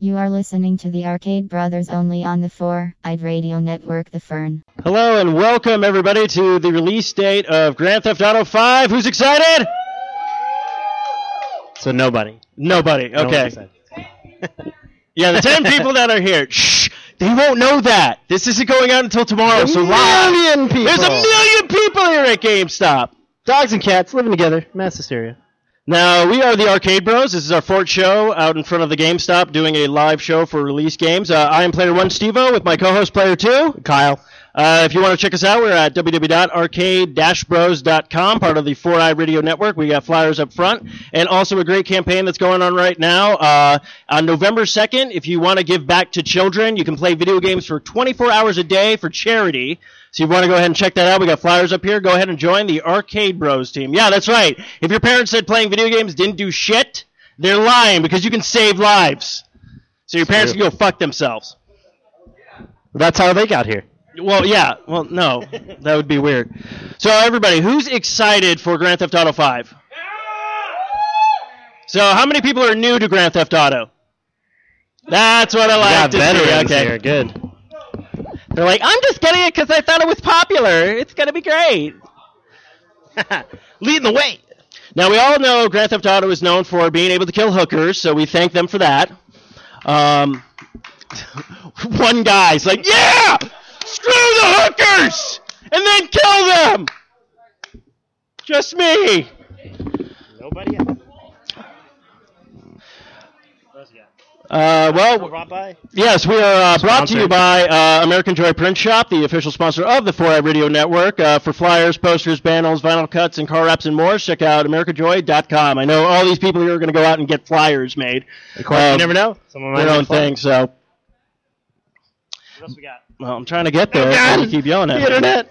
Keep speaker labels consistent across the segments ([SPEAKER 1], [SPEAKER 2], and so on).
[SPEAKER 1] You are listening to the Arcade Brothers only on the 4-Eyed Radio Network, The Fern.
[SPEAKER 2] Hello and welcome everybody to the release date of Grand Theft Auto 5. Who's excited?
[SPEAKER 3] So nobody.
[SPEAKER 2] Nobody.
[SPEAKER 3] No one's
[SPEAKER 2] Okay.
[SPEAKER 3] excited.
[SPEAKER 2] yeah, the 10 people that are here. Shh. They won't know that. This isn't going out until tomorrow. So lie.
[SPEAKER 3] million people.
[SPEAKER 2] There's a million people here at GameStop.
[SPEAKER 3] Dogs and cats living together. Mass hysteria.
[SPEAKER 2] Now, we are the Arcade Bros. This is our fourth show out in front of the GameStop doing a live show for release games. Uh, I am Player One Stevo with my co host Player Two.
[SPEAKER 3] Kyle.
[SPEAKER 2] Uh, if you want to check us out, we're at www.arcade-bros.com, part of the 4i Radio Network. We got flyers up front, and also a great campaign that's going on right now. Uh, on November 2nd, if you want to give back to children, you can play video games for 24 hours a day for charity. So you want to go ahead and check that out. We got flyers up here. Go ahead and join the Arcade Bros team. Yeah, that's right. If your parents said playing video games didn't do shit, they're lying because you can save lives. So your parents can go fuck themselves.
[SPEAKER 3] That's how they got here.
[SPEAKER 2] Well, yeah. Well, no, that would be weird. So, everybody, who's excited for Grand Theft Auto Five? So, how many people are new to Grand Theft Auto? That's what I like to see. Okay,
[SPEAKER 3] Good.
[SPEAKER 2] they're like, I'm just getting it because I thought it was popular. It's gonna be great.
[SPEAKER 3] Leading the way.
[SPEAKER 2] Now we all know Grand Theft Auto is known for being able to kill hookers, so we thank them for that. Um, one guy's like, "Yeah, screw the hookers, and then kill them." Just me.
[SPEAKER 3] Nobody else.
[SPEAKER 2] Uh, well,
[SPEAKER 3] Brought by.
[SPEAKER 2] Yes, we are uh, brought to you
[SPEAKER 3] Sponsored.
[SPEAKER 2] by uh, American Joy Print Shop, the official sponsor of the 4i Radio Network. Uh, for flyers, posters, banners, vinyl cuts, and car wraps and more, check out AmericanJoy.com. I know all these people here are going to go out and get flyers made.
[SPEAKER 3] Of course,
[SPEAKER 2] Um,
[SPEAKER 3] you never know. Someone might
[SPEAKER 2] Their
[SPEAKER 3] have
[SPEAKER 2] own
[SPEAKER 3] fun.
[SPEAKER 2] thing, so.
[SPEAKER 3] What else we got? Oh,
[SPEAKER 2] Well, I'm trying to get there.
[SPEAKER 3] God.
[SPEAKER 2] and you keep yelling at
[SPEAKER 3] The
[SPEAKER 2] me.
[SPEAKER 3] internet.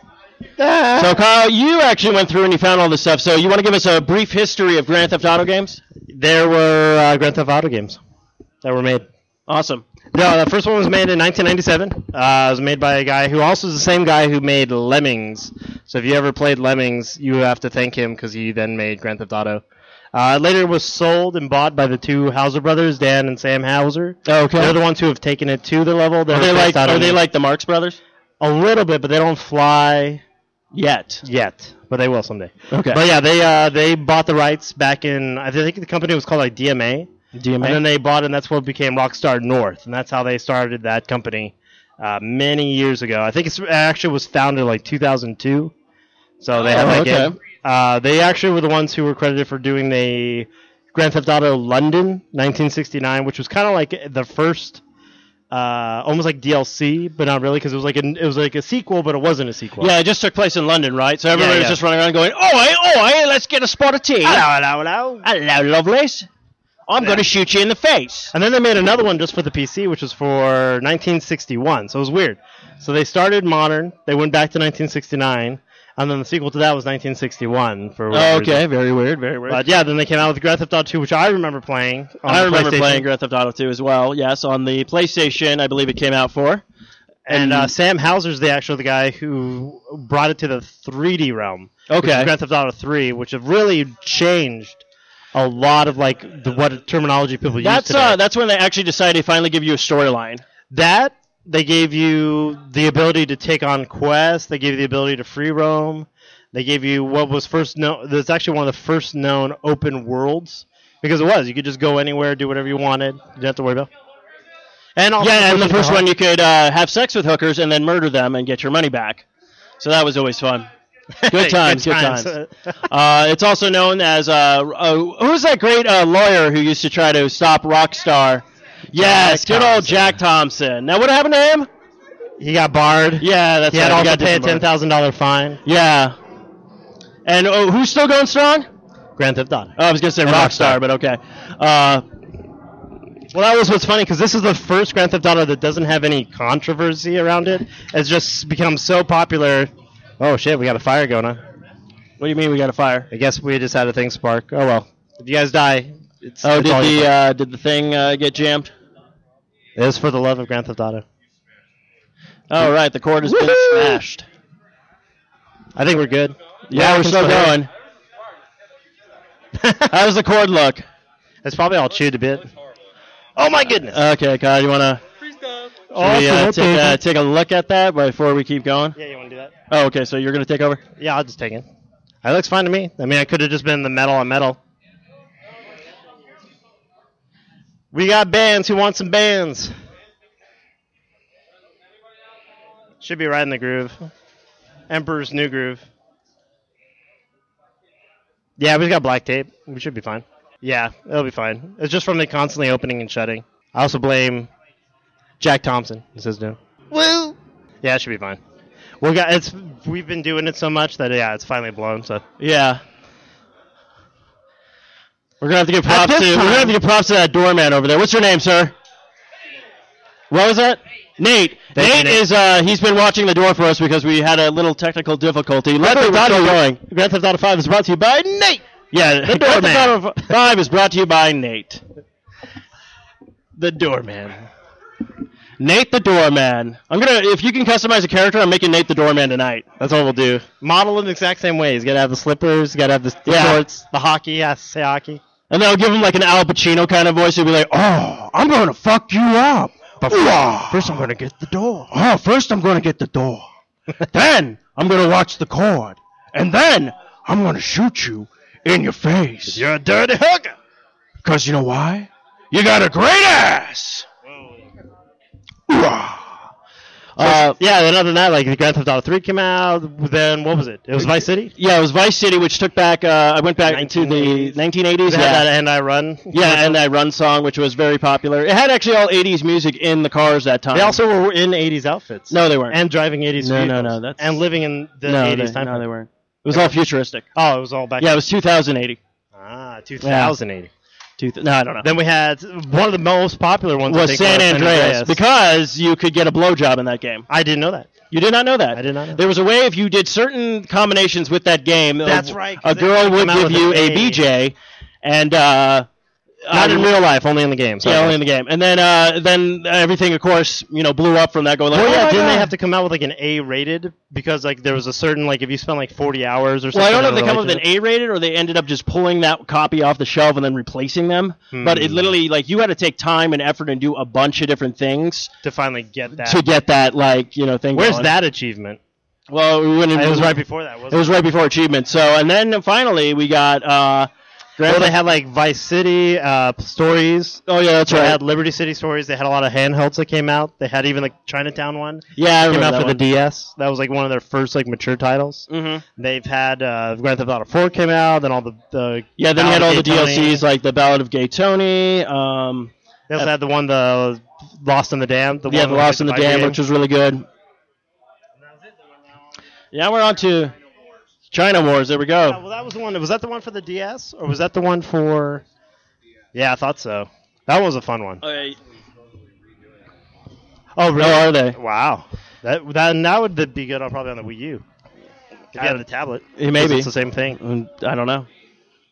[SPEAKER 3] Ah.
[SPEAKER 2] So, Kyle, you actually went through and you found all this stuff. So, you want to give us a brief history of Grand Theft Auto games?
[SPEAKER 3] there were uh, Grand Theft Auto games that were made.
[SPEAKER 2] Awesome.
[SPEAKER 3] No, the first one was made in 1997. Uh, it was made by a guy who also is the same guy who made Lemmings. So if you ever played Lemmings, you have to thank him because he then made Grand Theft Auto. Uh, later it was sold and bought by the two Hauser brothers, Dan and Sam Hauser.
[SPEAKER 2] Okay.
[SPEAKER 3] They're the ones who have taken it to the level. They're
[SPEAKER 2] Are they like, are they like the Marx Brothers?
[SPEAKER 3] a little bit, but they don't fly
[SPEAKER 2] Yet.
[SPEAKER 3] yet, but they will someday.
[SPEAKER 2] Okay.
[SPEAKER 3] But yeah, they uh, they bought the rights back in I think the company was called like DMA.
[SPEAKER 2] DMA.
[SPEAKER 3] And then they bought, it, and that's what became Rockstar North, and that's how they started that company uh, many years ago. I think it's, it actually was founded like 2002. So they had
[SPEAKER 2] Oh,
[SPEAKER 3] like
[SPEAKER 2] okay.
[SPEAKER 3] it- uh, they actually were the ones who were credited for doing the Grand Theft Auto London 1969, which was kind of like the first. Uh, almost like DLC, but not really, because it was like an, it was like a sequel, but it wasn't a sequel.
[SPEAKER 2] Yeah, it just took place in London, right? So everybody was
[SPEAKER 3] yeah.
[SPEAKER 2] just running around going, "Oh, "Oi, oi, let's get a spot of tea."
[SPEAKER 3] Hello, hello, hello.
[SPEAKER 2] Hello, Lovelace. I'm going to shoot you in the face.
[SPEAKER 3] And then they made another one just for the PC, which was for 1961. So it was weird. So they started modern, they went back to 1969, and then the sequel to that was 1961 for whatever reason.
[SPEAKER 2] Oh, very weird, very weird.
[SPEAKER 3] But yeah, then they came out with Grand Theft Auto 2, which I remember playing. On
[SPEAKER 2] I
[SPEAKER 3] the
[SPEAKER 2] remember
[SPEAKER 3] PlayStation.
[SPEAKER 2] playing Grand Theft Auto 2 as well. Yes, on the PlayStation, I believe it came out for.
[SPEAKER 3] And uh, Sam Hauser's the actual the guy who brought it to the 3D realm. which
[SPEAKER 2] Okay.
[SPEAKER 3] is Grand Theft Auto 3, which have really changed a lot of like the, what terminology people use
[SPEAKER 2] That's
[SPEAKER 3] today.
[SPEAKER 2] uh, that's when they actually decided to finally give you a storyline.
[SPEAKER 3] that they gave you the ability to take on quests they gave you the ability to free roam they gave you what was first known that's actually one of the first known open worlds because it was you could just go anywhere do whatever you wanted you didn't have to worry about and also
[SPEAKER 2] Yeah, and the first one you could uh, have sex with hookers and then murder them and get your money back. So that was always fun. Good times, good times. Uh, it's also known as uh, uh, who's that great uh, lawyer who used to try to stop Rockstar? Yes,
[SPEAKER 3] Jack
[SPEAKER 2] good old
[SPEAKER 3] Thompson.
[SPEAKER 2] Jack Thompson. Now what happened to him?
[SPEAKER 3] he got barred
[SPEAKER 2] Yeah, that's
[SPEAKER 3] he had
[SPEAKER 2] right.
[SPEAKER 3] also
[SPEAKER 2] got
[SPEAKER 3] pay a ten
[SPEAKER 2] disbarred.
[SPEAKER 3] thousand dollar fine
[SPEAKER 2] Yeah. And oh, who's still going strong?
[SPEAKER 3] grand theft auto
[SPEAKER 2] Oh, I was gonna say
[SPEAKER 3] And
[SPEAKER 2] Rockstar,
[SPEAKER 3] Rockstar.
[SPEAKER 2] but okay. Uh,
[SPEAKER 3] Well, that was what's funny because this is the first Grand Theft Auto that doesn't have any controversy around it. It's just become so popular. Oh shit, we got a fire going on.
[SPEAKER 2] what do you mean we got a fire?
[SPEAKER 3] I guess we just had a thing spark. Oh well, if you guys die, it's
[SPEAKER 2] Oh,
[SPEAKER 3] it's all
[SPEAKER 2] did
[SPEAKER 3] your
[SPEAKER 2] the
[SPEAKER 3] fault.
[SPEAKER 2] uh, did the thing uh, get jammed?
[SPEAKER 3] it is for the love of Grand Theft Auto.
[SPEAKER 2] Oh, right, the cord has been
[SPEAKER 3] Woohoo!
[SPEAKER 2] smashed.
[SPEAKER 3] I think we're good.
[SPEAKER 2] Yeah, we're still going. How does the cord look?
[SPEAKER 3] It's probably all chewed a bit. Oh my goodness.
[SPEAKER 2] Okay, Kyle, you want to
[SPEAKER 3] Awesome,
[SPEAKER 2] take, uh, take a look at that before we keep going?
[SPEAKER 3] yeah, you want to do that?
[SPEAKER 2] Oh, okay, so you're going to take over?
[SPEAKER 3] Yeah, I'll just take it. That looks fine to me. I mean, I could have just been the metal on metal. We got bands. Who wants some bands? Should be right in the groove. Emperor's New Groove. Yeah, we got black tape. We should be fine. Yeah, it'll be fine. It's just from the constantly opening and shutting. I also blame Jack Thompson. This is new. Woo! Yeah, it should be fine. We got it's we've been doing it so much that yeah, it's finally blown. So
[SPEAKER 2] Yeah. We're gonna have to give props
[SPEAKER 3] this
[SPEAKER 2] to we're gonna have to give props to that doorman over there. What's your name, sir? What was that? Nate.
[SPEAKER 3] Thank you,
[SPEAKER 2] Nate,
[SPEAKER 3] Nate.
[SPEAKER 2] is uh, he's been watching the door for us because we had a little technical difficulty. Let
[SPEAKER 3] Theft
[SPEAKER 2] the
[SPEAKER 3] Auto-
[SPEAKER 2] audio going.
[SPEAKER 3] Grand Theft Auto Five is brought to you by Nate.
[SPEAKER 2] Yeah,
[SPEAKER 3] The
[SPEAKER 2] Grand Theft
[SPEAKER 3] doorman.
[SPEAKER 2] Auto Five is brought to you by Nate. The doorman. Nate the doorman. I'm gonna if you can customize a character, I'm making Nate the doorman tonight.
[SPEAKER 3] That's what we'll do. Model in the exact same way. He's gotta have the slippers. Gotta have the, the
[SPEAKER 2] Yeah.
[SPEAKER 3] shorts. The hockey. Yes, say hockey.
[SPEAKER 2] And then I'll give him like an Al Pacino kind of voice. He'll be like, "Oh, I'm gonna fuck you up." Ooh-ah.
[SPEAKER 3] First, I'm gonna get the door.
[SPEAKER 2] Oh, first I'm going to get the door. then I'm going to watch the cord. And then I'm going to shoot you in your face.
[SPEAKER 3] You're a dirty hooker.
[SPEAKER 2] Because you know why? You got a great ass. Hoorah. Uh,
[SPEAKER 3] yeah. Then other than that, like the Grand Theft Auto Three came out. Then what was it? It was Vice City.
[SPEAKER 2] yeah, it was Vice City, which took back. Uh, I went back into the
[SPEAKER 3] 1980s.
[SPEAKER 2] 1980s.
[SPEAKER 3] They
[SPEAKER 2] Yeah,
[SPEAKER 3] had that and I run.
[SPEAKER 2] yeah, and that Run song, which was very popular. It had actually all 80s music in the cars that time.
[SPEAKER 3] they also were in '80s outfits.
[SPEAKER 2] no, they weren't.
[SPEAKER 3] uh, And driving '80s.
[SPEAKER 2] No, no,
[SPEAKER 3] vehicles.
[SPEAKER 2] no, that's-
[SPEAKER 3] and living in the
[SPEAKER 2] no, they,
[SPEAKER 3] '80s time.
[SPEAKER 2] no,
[SPEAKER 3] frame.
[SPEAKER 2] they weren't. It was all futuristic.
[SPEAKER 3] Oh, it was all back.
[SPEAKER 2] Yeah, it was 2080.
[SPEAKER 3] Ah, 2080.
[SPEAKER 2] Two no, I don't know.
[SPEAKER 3] Then we had one of the most popular ones. I
[SPEAKER 2] was
[SPEAKER 3] think,
[SPEAKER 2] San Andreas, because you could get a blowjob in that game.
[SPEAKER 3] I didn't know that.
[SPEAKER 2] You did not know that.
[SPEAKER 3] I did not know.
[SPEAKER 2] There was a way if you did certain combinations with that game. a-
[SPEAKER 3] That's right, 'cause
[SPEAKER 2] A
[SPEAKER 3] they
[SPEAKER 2] girl
[SPEAKER 3] couldn't
[SPEAKER 2] would
[SPEAKER 3] come out
[SPEAKER 2] give
[SPEAKER 3] with
[SPEAKER 2] you
[SPEAKER 3] a
[SPEAKER 2] a
[SPEAKER 3] baby.
[SPEAKER 2] BJ, and uh,
[SPEAKER 3] Not
[SPEAKER 2] uh,
[SPEAKER 3] in real life, only in the games.
[SPEAKER 2] Yeah, only in the game. And then, uh, then everything, of course, you know, blew up from that. Going like, oh,
[SPEAKER 3] Well, yeah,
[SPEAKER 2] my
[SPEAKER 3] didn't they
[SPEAKER 2] God."
[SPEAKER 3] have to come out with like an A rated because like there was a certain like if you spent like 40 hours or something.
[SPEAKER 2] Well, I don't know if
[SPEAKER 3] in
[SPEAKER 2] they come up with an
[SPEAKER 3] relationship-
[SPEAKER 2] A-rated or they ended up just pulling that copy off the shelf and then replacing them. But it
[SPEAKER 3] Hmm.
[SPEAKER 2] literally, like, you had to take time and effort and do a bunch of different things
[SPEAKER 3] to finally get that.
[SPEAKER 2] to get that, like, you know, thing.
[SPEAKER 3] Where's
[SPEAKER 2] going.
[SPEAKER 3] that achievement?
[SPEAKER 2] Well, we went in,
[SPEAKER 3] It was right before that, wasn't
[SPEAKER 2] It was right before achievement. So, and then finally we got uh, Grand
[SPEAKER 3] Well, they
[SPEAKER 2] Theft-
[SPEAKER 3] had like Vice City uh, stories.
[SPEAKER 2] Oh yeah, that's
[SPEAKER 3] They
[SPEAKER 2] right.
[SPEAKER 3] had Liberty City stories. They had a lot of handhelds that came out. They had even like Chinatown one.
[SPEAKER 2] yeah, I
[SPEAKER 3] Came
[SPEAKER 2] remember
[SPEAKER 3] out
[SPEAKER 2] that
[SPEAKER 3] for the
[SPEAKER 2] one.
[SPEAKER 3] DS. That was like one of their first like mature titles.
[SPEAKER 2] Mhm.
[SPEAKER 3] They've had uh, Grand Theft Auto 4 came out, then all the, the
[SPEAKER 2] Yeah, then we had all the
[SPEAKER 3] Ballad of Gay Tony.
[SPEAKER 2] DLCs like the Ballad of Gay Tony. Um,
[SPEAKER 3] They also had the one the Lost in the Dam. The
[SPEAKER 2] yeah,
[SPEAKER 3] one
[SPEAKER 2] the
[SPEAKER 3] with,
[SPEAKER 2] Lost in the
[SPEAKER 3] like,
[SPEAKER 2] Dam,
[SPEAKER 3] fighting.
[SPEAKER 2] which was really good. Yeah, we're on to China Wars. There we
[SPEAKER 3] Yeah,
[SPEAKER 2] go.
[SPEAKER 3] well, that was the one. Was that the one for the DS or was that the one for? Yeah, I thought so. That was a fun one.
[SPEAKER 2] Oh, really? How are they?
[SPEAKER 3] Wow, that that that would be good on probably on the Wii U. If you
[SPEAKER 2] I-
[SPEAKER 3] had a tablet,
[SPEAKER 2] Yeah, maybe.
[SPEAKER 3] it's the same thing.
[SPEAKER 2] Mm, I don't know.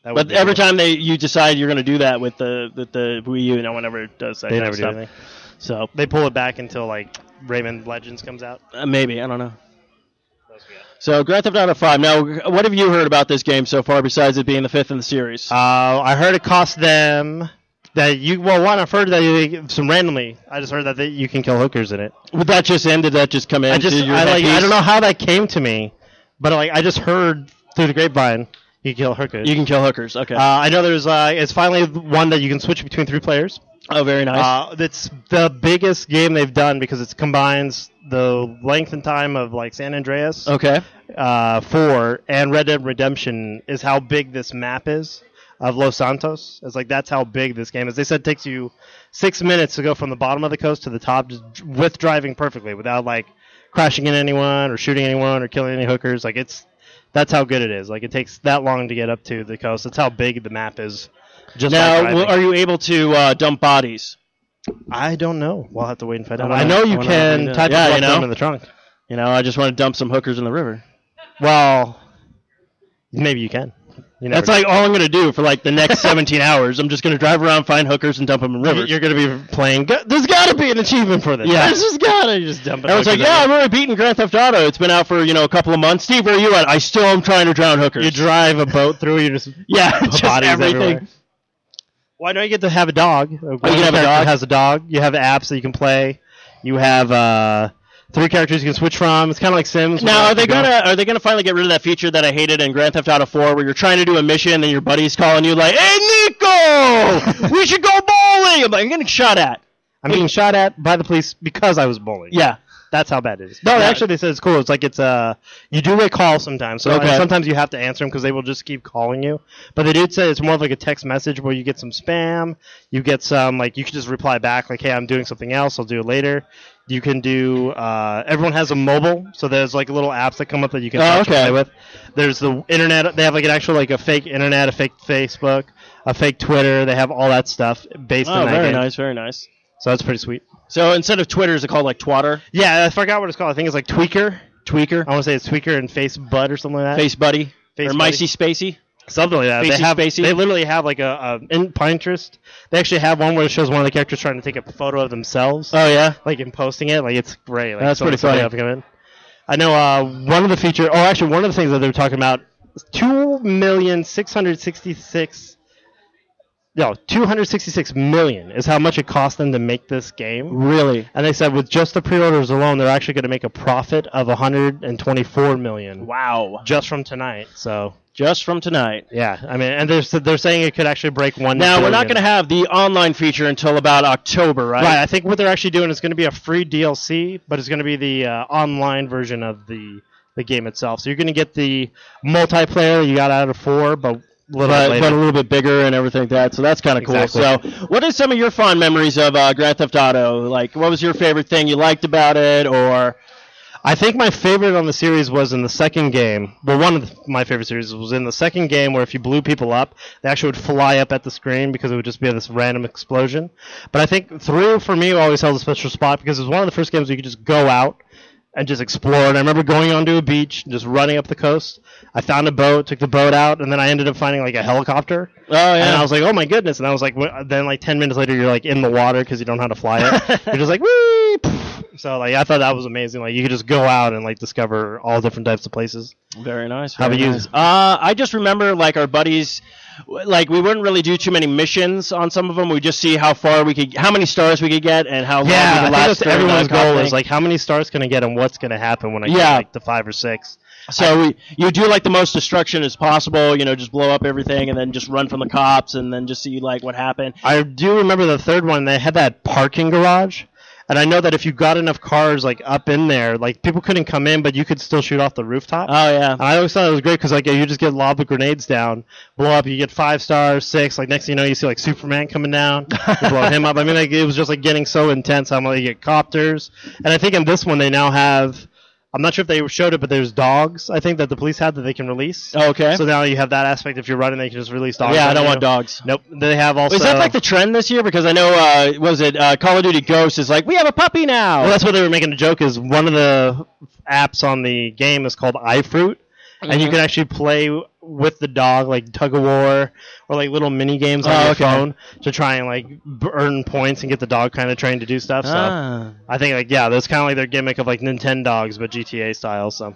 [SPEAKER 3] That would
[SPEAKER 2] But
[SPEAKER 3] be
[SPEAKER 2] every
[SPEAKER 3] good.
[SPEAKER 2] time they you decide you're going to do that with the with the Wii U, no one ever does that.
[SPEAKER 3] they
[SPEAKER 2] kind
[SPEAKER 3] never
[SPEAKER 2] of
[SPEAKER 3] do
[SPEAKER 2] stuff.
[SPEAKER 3] anything.
[SPEAKER 2] So
[SPEAKER 3] They pull it back until like Rayman Legends comes out.
[SPEAKER 2] uh, maybe I don't know. So Grand Theft Auto 5. Now, what have you heard about this game so far besides it being the fifth in the series?
[SPEAKER 3] Uh, I heard it cost them that you well one. I've heard that you, some randomly. I just heard that they, you can kill hookers in it.
[SPEAKER 2] Would that just end? Did that just come in?
[SPEAKER 3] I just
[SPEAKER 2] Did your
[SPEAKER 3] I,
[SPEAKER 2] head
[SPEAKER 3] like I
[SPEAKER 2] piece-
[SPEAKER 3] don't know how that came to me, but like I just heard through the grapevine you kill hookers.
[SPEAKER 2] You can kill hookers. Okay.
[SPEAKER 3] uh, I know there's uh, it's finally one that you can switch between three players.
[SPEAKER 2] oh, very nice.
[SPEAKER 3] Uh, it's the biggest game they've done because it combines the length and time of like San Andreas
[SPEAKER 2] okay.
[SPEAKER 3] uh, 4 and Red Dead Redemption is how big this map is of Los Santos. It's like that's how big this game is. They said it takes you six minutes to go from the bottom of the coast to the top just dr- with driving perfectly without like crashing into anyone or shooting anyone or killing any hookers. Like it's that's how good it is. Like it takes that long to get up to the coast. That's how big the map is. Just
[SPEAKER 2] Now,
[SPEAKER 3] by driving.
[SPEAKER 2] w- are you able to uh, dump bodies?
[SPEAKER 3] I don't know. We'll have to wait and find
[SPEAKER 2] I
[SPEAKER 3] out.
[SPEAKER 2] don't
[SPEAKER 3] I
[SPEAKER 2] know.
[SPEAKER 3] know
[SPEAKER 2] I
[SPEAKER 3] you
[SPEAKER 2] don't know.
[SPEAKER 3] can
[SPEAKER 2] Yeah,
[SPEAKER 3] type
[SPEAKER 2] you
[SPEAKER 3] yeah, you
[SPEAKER 2] know.
[SPEAKER 3] in the trunk.
[SPEAKER 2] You know, I just want to dump some hookers in the river.
[SPEAKER 3] Well, maybe you can. You never
[SPEAKER 2] That's like all I'm gonna do for like the next 17 hours. I'm just gonna drive around, find hookers, and dump them in
[SPEAKER 3] know.
[SPEAKER 2] rivers.
[SPEAKER 3] you're going to be playing. Go- There's got to be an achievement for this.
[SPEAKER 2] Yeah.
[SPEAKER 3] There's just got to just dump it.
[SPEAKER 2] Everyone's like,
[SPEAKER 3] hookers
[SPEAKER 2] yeah,
[SPEAKER 3] in
[SPEAKER 2] I've already beaten Grand Theft Auto. It's been out for you know a couple of months. Steve, where are you at? I still am trying to drown
[SPEAKER 3] there.
[SPEAKER 2] hookers.
[SPEAKER 3] You drive a boat through. You just
[SPEAKER 2] yeah,
[SPEAKER 3] bodies
[SPEAKER 2] just everything.
[SPEAKER 3] everywhere. Well, I know you get to have a dog. Oh, you
[SPEAKER 2] have a dog?
[SPEAKER 3] Has a dog. You have apps that you can play. You have uh, three characters you can switch from. It's kind of like Sims.
[SPEAKER 2] Now,
[SPEAKER 3] where
[SPEAKER 2] are they
[SPEAKER 3] you go-
[SPEAKER 2] gonna are they gonna finally get rid of that feature that I hated in Grand Theft Auto 4, where you're trying to do a mission and your buddy's calling you like, "Hey, Nico, we should go bowling." I'm like, I'm getting shot at.
[SPEAKER 3] I'm being shot at by the police because I was bullied.
[SPEAKER 2] Yeah.
[SPEAKER 3] That's how bad it is. No,
[SPEAKER 2] Yeah.
[SPEAKER 3] actually, they said it's cool. It's like it's uh, you do get calls sometimes. So
[SPEAKER 2] Okay.
[SPEAKER 3] and sometimes you have to answer them because they will just keep calling you. But they did say it's more of like a text message where you get some spam. You get some like you can just reply back like, "Hey, I'm doing something else. I'll do it later." You can do. Uh, everyone has a mobile, so there's like little apps that come up that you can
[SPEAKER 2] Oh,
[SPEAKER 3] touch and
[SPEAKER 2] okay.
[SPEAKER 3] play with. There's the internet. They have like an actual like a fake internet, a fake Facebook, a fake Twitter. They have all that stuff based
[SPEAKER 2] Oh,
[SPEAKER 3] on that
[SPEAKER 2] very
[SPEAKER 3] game.
[SPEAKER 2] nice, very nice.
[SPEAKER 3] So that's pretty sweet.
[SPEAKER 2] So instead of Twitter, is it called like Twatter,
[SPEAKER 3] Yeah, I forgot what it's called. I think it's like Tweaker.
[SPEAKER 2] Tweaker,
[SPEAKER 3] I want to say it's Tweaker and Face Bud or something like that.
[SPEAKER 2] Face Buddy,
[SPEAKER 3] Face
[SPEAKER 2] or
[SPEAKER 3] Buddy.
[SPEAKER 2] Micey Spacey?
[SPEAKER 3] something like that.
[SPEAKER 2] Facey
[SPEAKER 3] they have
[SPEAKER 2] Spacey.
[SPEAKER 3] they literally have like a, a in Pinterest. They actually have one where it shows one of the characters trying to take a photo of themselves,
[SPEAKER 2] Oh yeah.
[SPEAKER 3] like in posting it. Like it's great. Like,
[SPEAKER 2] That's pretty
[SPEAKER 3] somebody-
[SPEAKER 2] funny.
[SPEAKER 3] somebody have to come in. I know uh, one of the feature. Oh, actually, one of the things that they're talking about two million six hundred sixty six. No, two hundred sixty six million is how much it cost them to make this game.
[SPEAKER 2] Really?
[SPEAKER 3] And they said with just the pre-orders alone, they're actually going to make a profit of 124 million
[SPEAKER 2] Wow.
[SPEAKER 3] just from tonight. So
[SPEAKER 2] Just from tonight.
[SPEAKER 3] yeah, I mean, and they're they're saying it could actually break one.
[SPEAKER 2] Now we're not
[SPEAKER 3] billion.
[SPEAKER 2] going to have the online feature until about October, right?
[SPEAKER 3] Right, I think what they're actually doing is going to be a free DLC, but it's going to be the uh, online version of the the game itself. So you're going to get the multiplayer you got out of four, but a little bit
[SPEAKER 2] But,
[SPEAKER 3] later.
[SPEAKER 2] but a little bit bigger and everything like that, so that's kind of cool.
[SPEAKER 3] Exactly.
[SPEAKER 2] So, what are some of your fond memories of uh, Grand Theft Auto? Like, what was your favorite thing you liked about it, or oh,
[SPEAKER 3] I think my favorite on the series was in the second game. Well, one of the, my favorite series was in the second game where if you blew people up, they actually would fly up at the screen because it would just be this random explosion. But I think three for me always held a special spot because it was one of the first games where you could just go out and just explore. And I remember going onto a beach and just running up the coast. I found a boat, took the boat out, and then I ended up finding like a helicopter.
[SPEAKER 2] oh yeah,
[SPEAKER 3] And I was like, oh my goodness. And I was like, wh- then like 10 minutes later, you're like in the water because you don't know how to fly it. you're just like, wee! pff. So like, I thought that was amazing. Like, you could just go out and like discover all different types of places.
[SPEAKER 2] Very nice.
[SPEAKER 3] How
[SPEAKER 2] very
[SPEAKER 3] about you?
[SPEAKER 2] nice. Uh, I just remember like our buddies, w- like we wouldn't really do too many missions on some of them. We just see how far we could, how many stars we could get, and how long we
[SPEAKER 3] Yeah,
[SPEAKER 2] could
[SPEAKER 3] I think
[SPEAKER 2] last.
[SPEAKER 3] that's
[SPEAKER 2] during that
[SPEAKER 3] everyone's
[SPEAKER 2] kind of
[SPEAKER 3] goal is
[SPEAKER 2] thing.
[SPEAKER 3] like, how many stars can I get and what's going to happen when I
[SPEAKER 2] Yeah.
[SPEAKER 3] get like the five or six?
[SPEAKER 2] so we, you do like the most destruction as possible. You know, just blow up everything and then just run from the cops and then just see like what happened.
[SPEAKER 3] I do remember the third one. They had that parking garage, and I know that if you got enough cars like up in there, like people couldn't come in, but you could still shoot off the rooftop.
[SPEAKER 2] Oh yeah.
[SPEAKER 3] And I always thought it was great because like you just get lob the grenades down, blow up, you get five stars, six. Like next thing you know, you see like Superman coming down, you blow him up. I mean, like, it was just like getting so intense. How many you get copters? And I think in this one they now have. I'm not sure if they showed it, but there's dogs. I think that the police had that they can release.
[SPEAKER 2] okay.
[SPEAKER 3] So now you have that aspect. If you're running, they can just release dogs.
[SPEAKER 2] yeah, I
[SPEAKER 3] on
[SPEAKER 2] don't
[SPEAKER 3] you.
[SPEAKER 2] want dogs.
[SPEAKER 3] Nope. They have also.
[SPEAKER 2] Is that like the trend this year? Because I know, uh, what was it uh, Call of Duty Ghosts is like we have a puppy now.
[SPEAKER 3] Well, that's what they were making a joke. Is one of the apps on the game is called iFruit, and you
[SPEAKER 2] Mhm.
[SPEAKER 3] can actually play with the dog, like tug of war or like little mini games on
[SPEAKER 2] Oh,
[SPEAKER 3] your
[SPEAKER 2] okay.
[SPEAKER 3] phone to try and like b- earn points and get the dog kind of trained to do stuff. So
[SPEAKER 2] Ah.
[SPEAKER 3] I think like yeah, that's kind of like their gimmick of like Nintendo dogs, but GTA style. So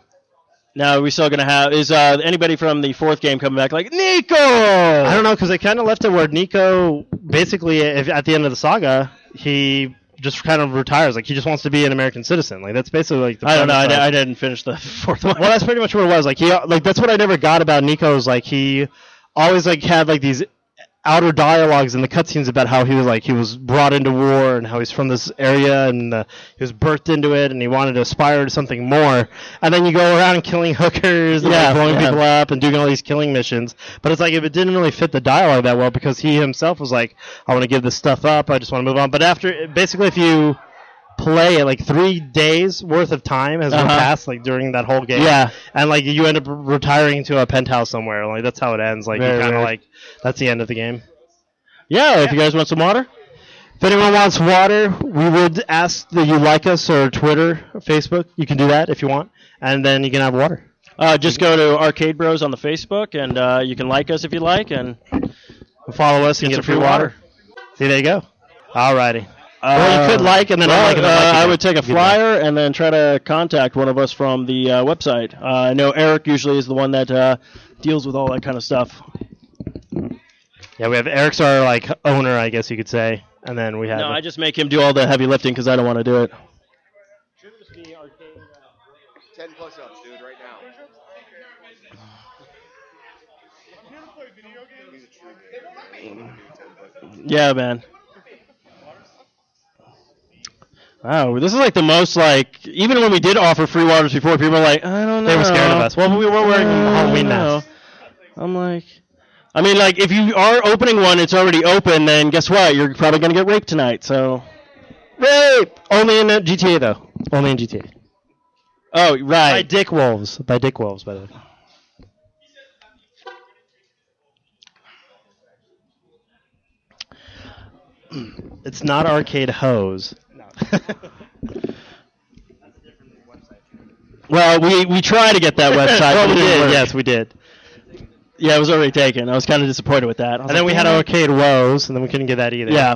[SPEAKER 2] Now, are we still gonna have? Is uh, anybody from the fourth game coming back? Like Nico.
[SPEAKER 3] I don't know because they kind of left it where Nico basically if, at the end of the saga he just kind of retires. Like he just wants to be an American citizen. Like that's basically like the
[SPEAKER 2] I don't know.
[SPEAKER 3] premise of-
[SPEAKER 2] I, I didn't finish the fourth one.
[SPEAKER 3] well, that's pretty much what it was. Like he, like that's what I never got about Nico. Is like he always like had like these outer dialogues in the cutscenes about how he was like he was brought into war and how he's from this area and uh, he was birthed into it and he wanted to aspire to something more. And then you go around killing hookers and like,
[SPEAKER 2] Yeah,
[SPEAKER 3] blowing
[SPEAKER 2] yeah.
[SPEAKER 3] people up and doing all these killing missions. But it's like if it didn't really fit the dialogue that well because he himself was like, I want to give this stuff up. I just want to move on. But after basically if you play it like three days worth of time has been
[SPEAKER 2] Uh-huh.
[SPEAKER 3] passed like during that whole game
[SPEAKER 2] Yeah.
[SPEAKER 3] and like you end up retiring to a penthouse somewhere. Like that's how it ends. Like
[SPEAKER 2] Very
[SPEAKER 3] you kind of
[SPEAKER 2] weird.
[SPEAKER 3] like that's the end of the game.
[SPEAKER 2] Yeah. If you guys want some water.
[SPEAKER 3] If anyone wants water, we would ask that you like us or Twitter, or Facebook. You can do that if you want, and then you can have water.
[SPEAKER 2] Uh, just go to Arcade Bros on the Facebook, and uh, you can like us if you like. And
[SPEAKER 3] Follow us and get,
[SPEAKER 2] some
[SPEAKER 3] free
[SPEAKER 2] free
[SPEAKER 3] water.
[SPEAKER 2] water.
[SPEAKER 3] See, there you go. Alrighty.
[SPEAKER 2] uh,
[SPEAKER 3] well, you could like and then
[SPEAKER 2] well,
[SPEAKER 3] unlike and then
[SPEAKER 2] uh,
[SPEAKER 3] like
[SPEAKER 2] I
[SPEAKER 3] again.
[SPEAKER 2] would take a
[SPEAKER 3] You could like.
[SPEAKER 2] flyer and then try to contact one of us from the uh, website. Uh, I know Eric usually is the one that uh, deals with all that kind of stuff.
[SPEAKER 3] Yeah, we have Eric's our like owner, I guess you could say, and then we have
[SPEAKER 2] No, I just make him do all the heavy lifting because I don't want to do it.
[SPEAKER 4] Ten push-ups, dude, right now.
[SPEAKER 2] Yeah, man. Wow, this is like the most like even when we did offer free waters before, people were like, I don't know.
[SPEAKER 3] They were scared of us. Well, we were wearing
[SPEAKER 2] Uh,
[SPEAKER 3] Halloween
[SPEAKER 2] I don't
[SPEAKER 3] masks.
[SPEAKER 2] know. I'm like, I mean, like if you are opening one, it's already open. Then guess what? You're probably gonna get raped tonight. So
[SPEAKER 3] Rape only in uh, GTA though. Only in GTA.
[SPEAKER 2] oh
[SPEAKER 3] By
[SPEAKER 2] right,
[SPEAKER 3] Dick Wolves. By Dick Wolves, by the way. It's not arcade hose.
[SPEAKER 2] well we we try to get that website.
[SPEAKER 3] well,
[SPEAKER 2] but
[SPEAKER 3] we
[SPEAKER 2] it didn't
[SPEAKER 3] did.
[SPEAKER 2] work.
[SPEAKER 3] Yes, we did.
[SPEAKER 2] yeah, it was already taken. I was kind of disappointed with that. I was
[SPEAKER 3] And then
[SPEAKER 2] like,
[SPEAKER 3] we had
[SPEAKER 2] "Eh."
[SPEAKER 3] arcade woes, and then we couldn't get that either.
[SPEAKER 2] Yeah.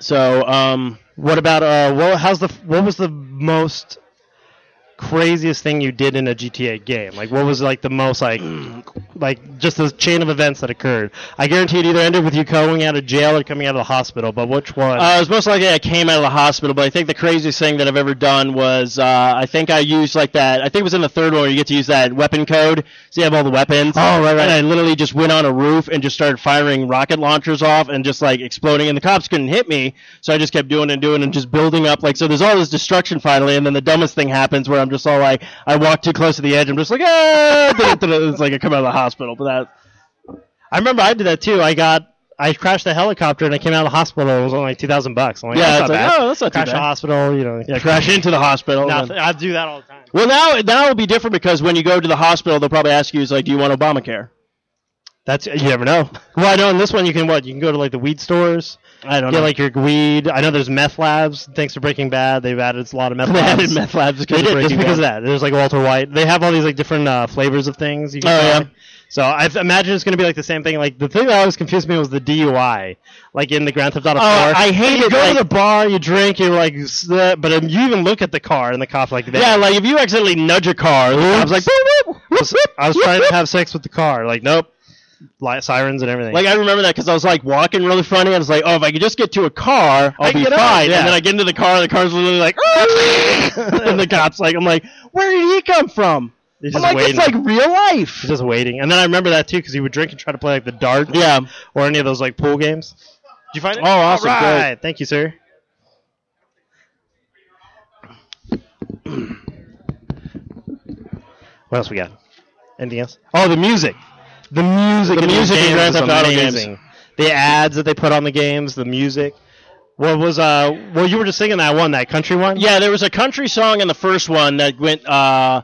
[SPEAKER 2] So, um,
[SPEAKER 3] What about uh? What, how's the? What was the most craziest thing you did in a GTA game? Like, what was like the most like, like just the chain of events that occurred? I guarantee it either ended with you going out of jail or coming out of the hospital. But which one?
[SPEAKER 2] Uh, it was most likely I came out of the hospital, but I think the craziest thing that I've ever done was uh, I think I used like that. I think it was in the third one where you get to use that weapon code, so you have all the weapons.
[SPEAKER 3] Oh, right, right.
[SPEAKER 2] And I literally just went on a roof and just started firing rocket launchers off and just like exploding, and the cops couldn't hit me, so I just kept doing and doing and just building up. Like so, there's all this destruction finally, and then the dumbest thing happens where I'm just all like, I walk too close to the edge, I'm just like, ah, it's like I come out of the hospital, but that.
[SPEAKER 3] I remember I did that too. I got I crashed a helicopter and I came out of the hospital. and It was only like two thousand bucks. I'm like,
[SPEAKER 2] Yeah,
[SPEAKER 3] that's
[SPEAKER 2] it's
[SPEAKER 3] not
[SPEAKER 2] like,
[SPEAKER 3] bad.
[SPEAKER 2] oh, that's not too
[SPEAKER 3] crash
[SPEAKER 2] bad.
[SPEAKER 3] the hospital. You know,
[SPEAKER 2] Yeah, crash into the hospital.
[SPEAKER 3] nothing.
[SPEAKER 2] and-
[SPEAKER 3] I do that all the time.
[SPEAKER 2] Well, now now it'll be different because when you go to the hospital, they'll probably ask you, "Is like, do you want Obamacare?"
[SPEAKER 3] That's you never know. Well, I know in this one you can what you can go to like the weed stores.
[SPEAKER 2] I don't
[SPEAKER 3] Yeah,
[SPEAKER 2] know.
[SPEAKER 3] like your weed. I know there's meth labs. Thanks to Breaking Bad, they've added a lot of meth
[SPEAKER 2] they
[SPEAKER 3] labs.
[SPEAKER 2] added meth labs
[SPEAKER 3] They
[SPEAKER 2] because of
[SPEAKER 3] did just
[SPEAKER 2] Breaking
[SPEAKER 3] because of
[SPEAKER 2] Bad.
[SPEAKER 3] that. There's like Walter White. They have all these like different uh, flavors of things. You can
[SPEAKER 2] Oh,
[SPEAKER 3] try.
[SPEAKER 2] yeah.
[SPEAKER 3] So I f- imagine it's gonna be like the same thing. Like the thing that always confused me was the DUI, like in the Grand Theft Auto
[SPEAKER 2] Oh,
[SPEAKER 3] 4.
[SPEAKER 2] I hate
[SPEAKER 3] you
[SPEAKER 2] it,
[SPEAKER 3] go
[SPEAKER 2] like-
[SPEAKER 3] to the bar, you drink, you're like, s- uh, but um, you even look at the car and the cop like that.
[SPEAKER 2] Yeah, like if you accidentally nudge a car, I was like, "Boop, boop,
[SPEAKER 3] I
[SPEAKER 2] boop,
[SPEAKER 3] was,
[SPEAKER 2] boop,
[SPEAKER 3] I was
[SPEAKER 2] boop,
[SPEAKER 3] trying
[SPEAKER 2] boop."
[SPEAKER 3] to have sex with the car. Like nope, Light, sirens and everything.
[SPEAKER 2] Like I remember that because I was like walking really funny. I was like, "Oh, if I could just get to a car, I'll
[SPEAKER 3] I
[SPEAKER 2] be
[SPEAKER 3] get
[SPEAKER 2] fine."
[SPEAKER 3] out, yeah.
[SPEAKER 2] And then I get into the car, and the car's literally like, and the cops like, "I'm like, where did he come from?"
[SPEAKER 3] He's
[SPEAKER 2] I'm
[SPEAKER 3] just
[SPEAKER 2] like,
[SPEAKER 3] waiting.
[SPEAKER 2] "It's like real life."
[SPEAKER 3] He's just waiting. And then I remember that too because he would drink and try to play like the dart.
[SPEAKER 2] Yeah.
[SPEAKER 3] or any of those like pool games. Did you find it?
[SPEAKER 2] Oh, awesome,
[SPEAKER 3] All
[SPEAKER 2] great.
[SPEAKER 3] right. Thank you, sir. what else we got? Anything else? Oh, the music. The music.
[SPEAKER 2] The
[SPEAKER 3] in these
[SPEAKER 2] music in
[SPEAKER 3] games
[SPEAKER 2] Grand
[SPEAKER 3] is
[SPEAKER 2] Theft Auto games.
[SPEAKER 3] amazing. The ads that they put on the games, the music. What was uh? Well, you were just singing that one, that country one.
[SPEAKER 2] Yeah, there was a country song in the first one that went, uh,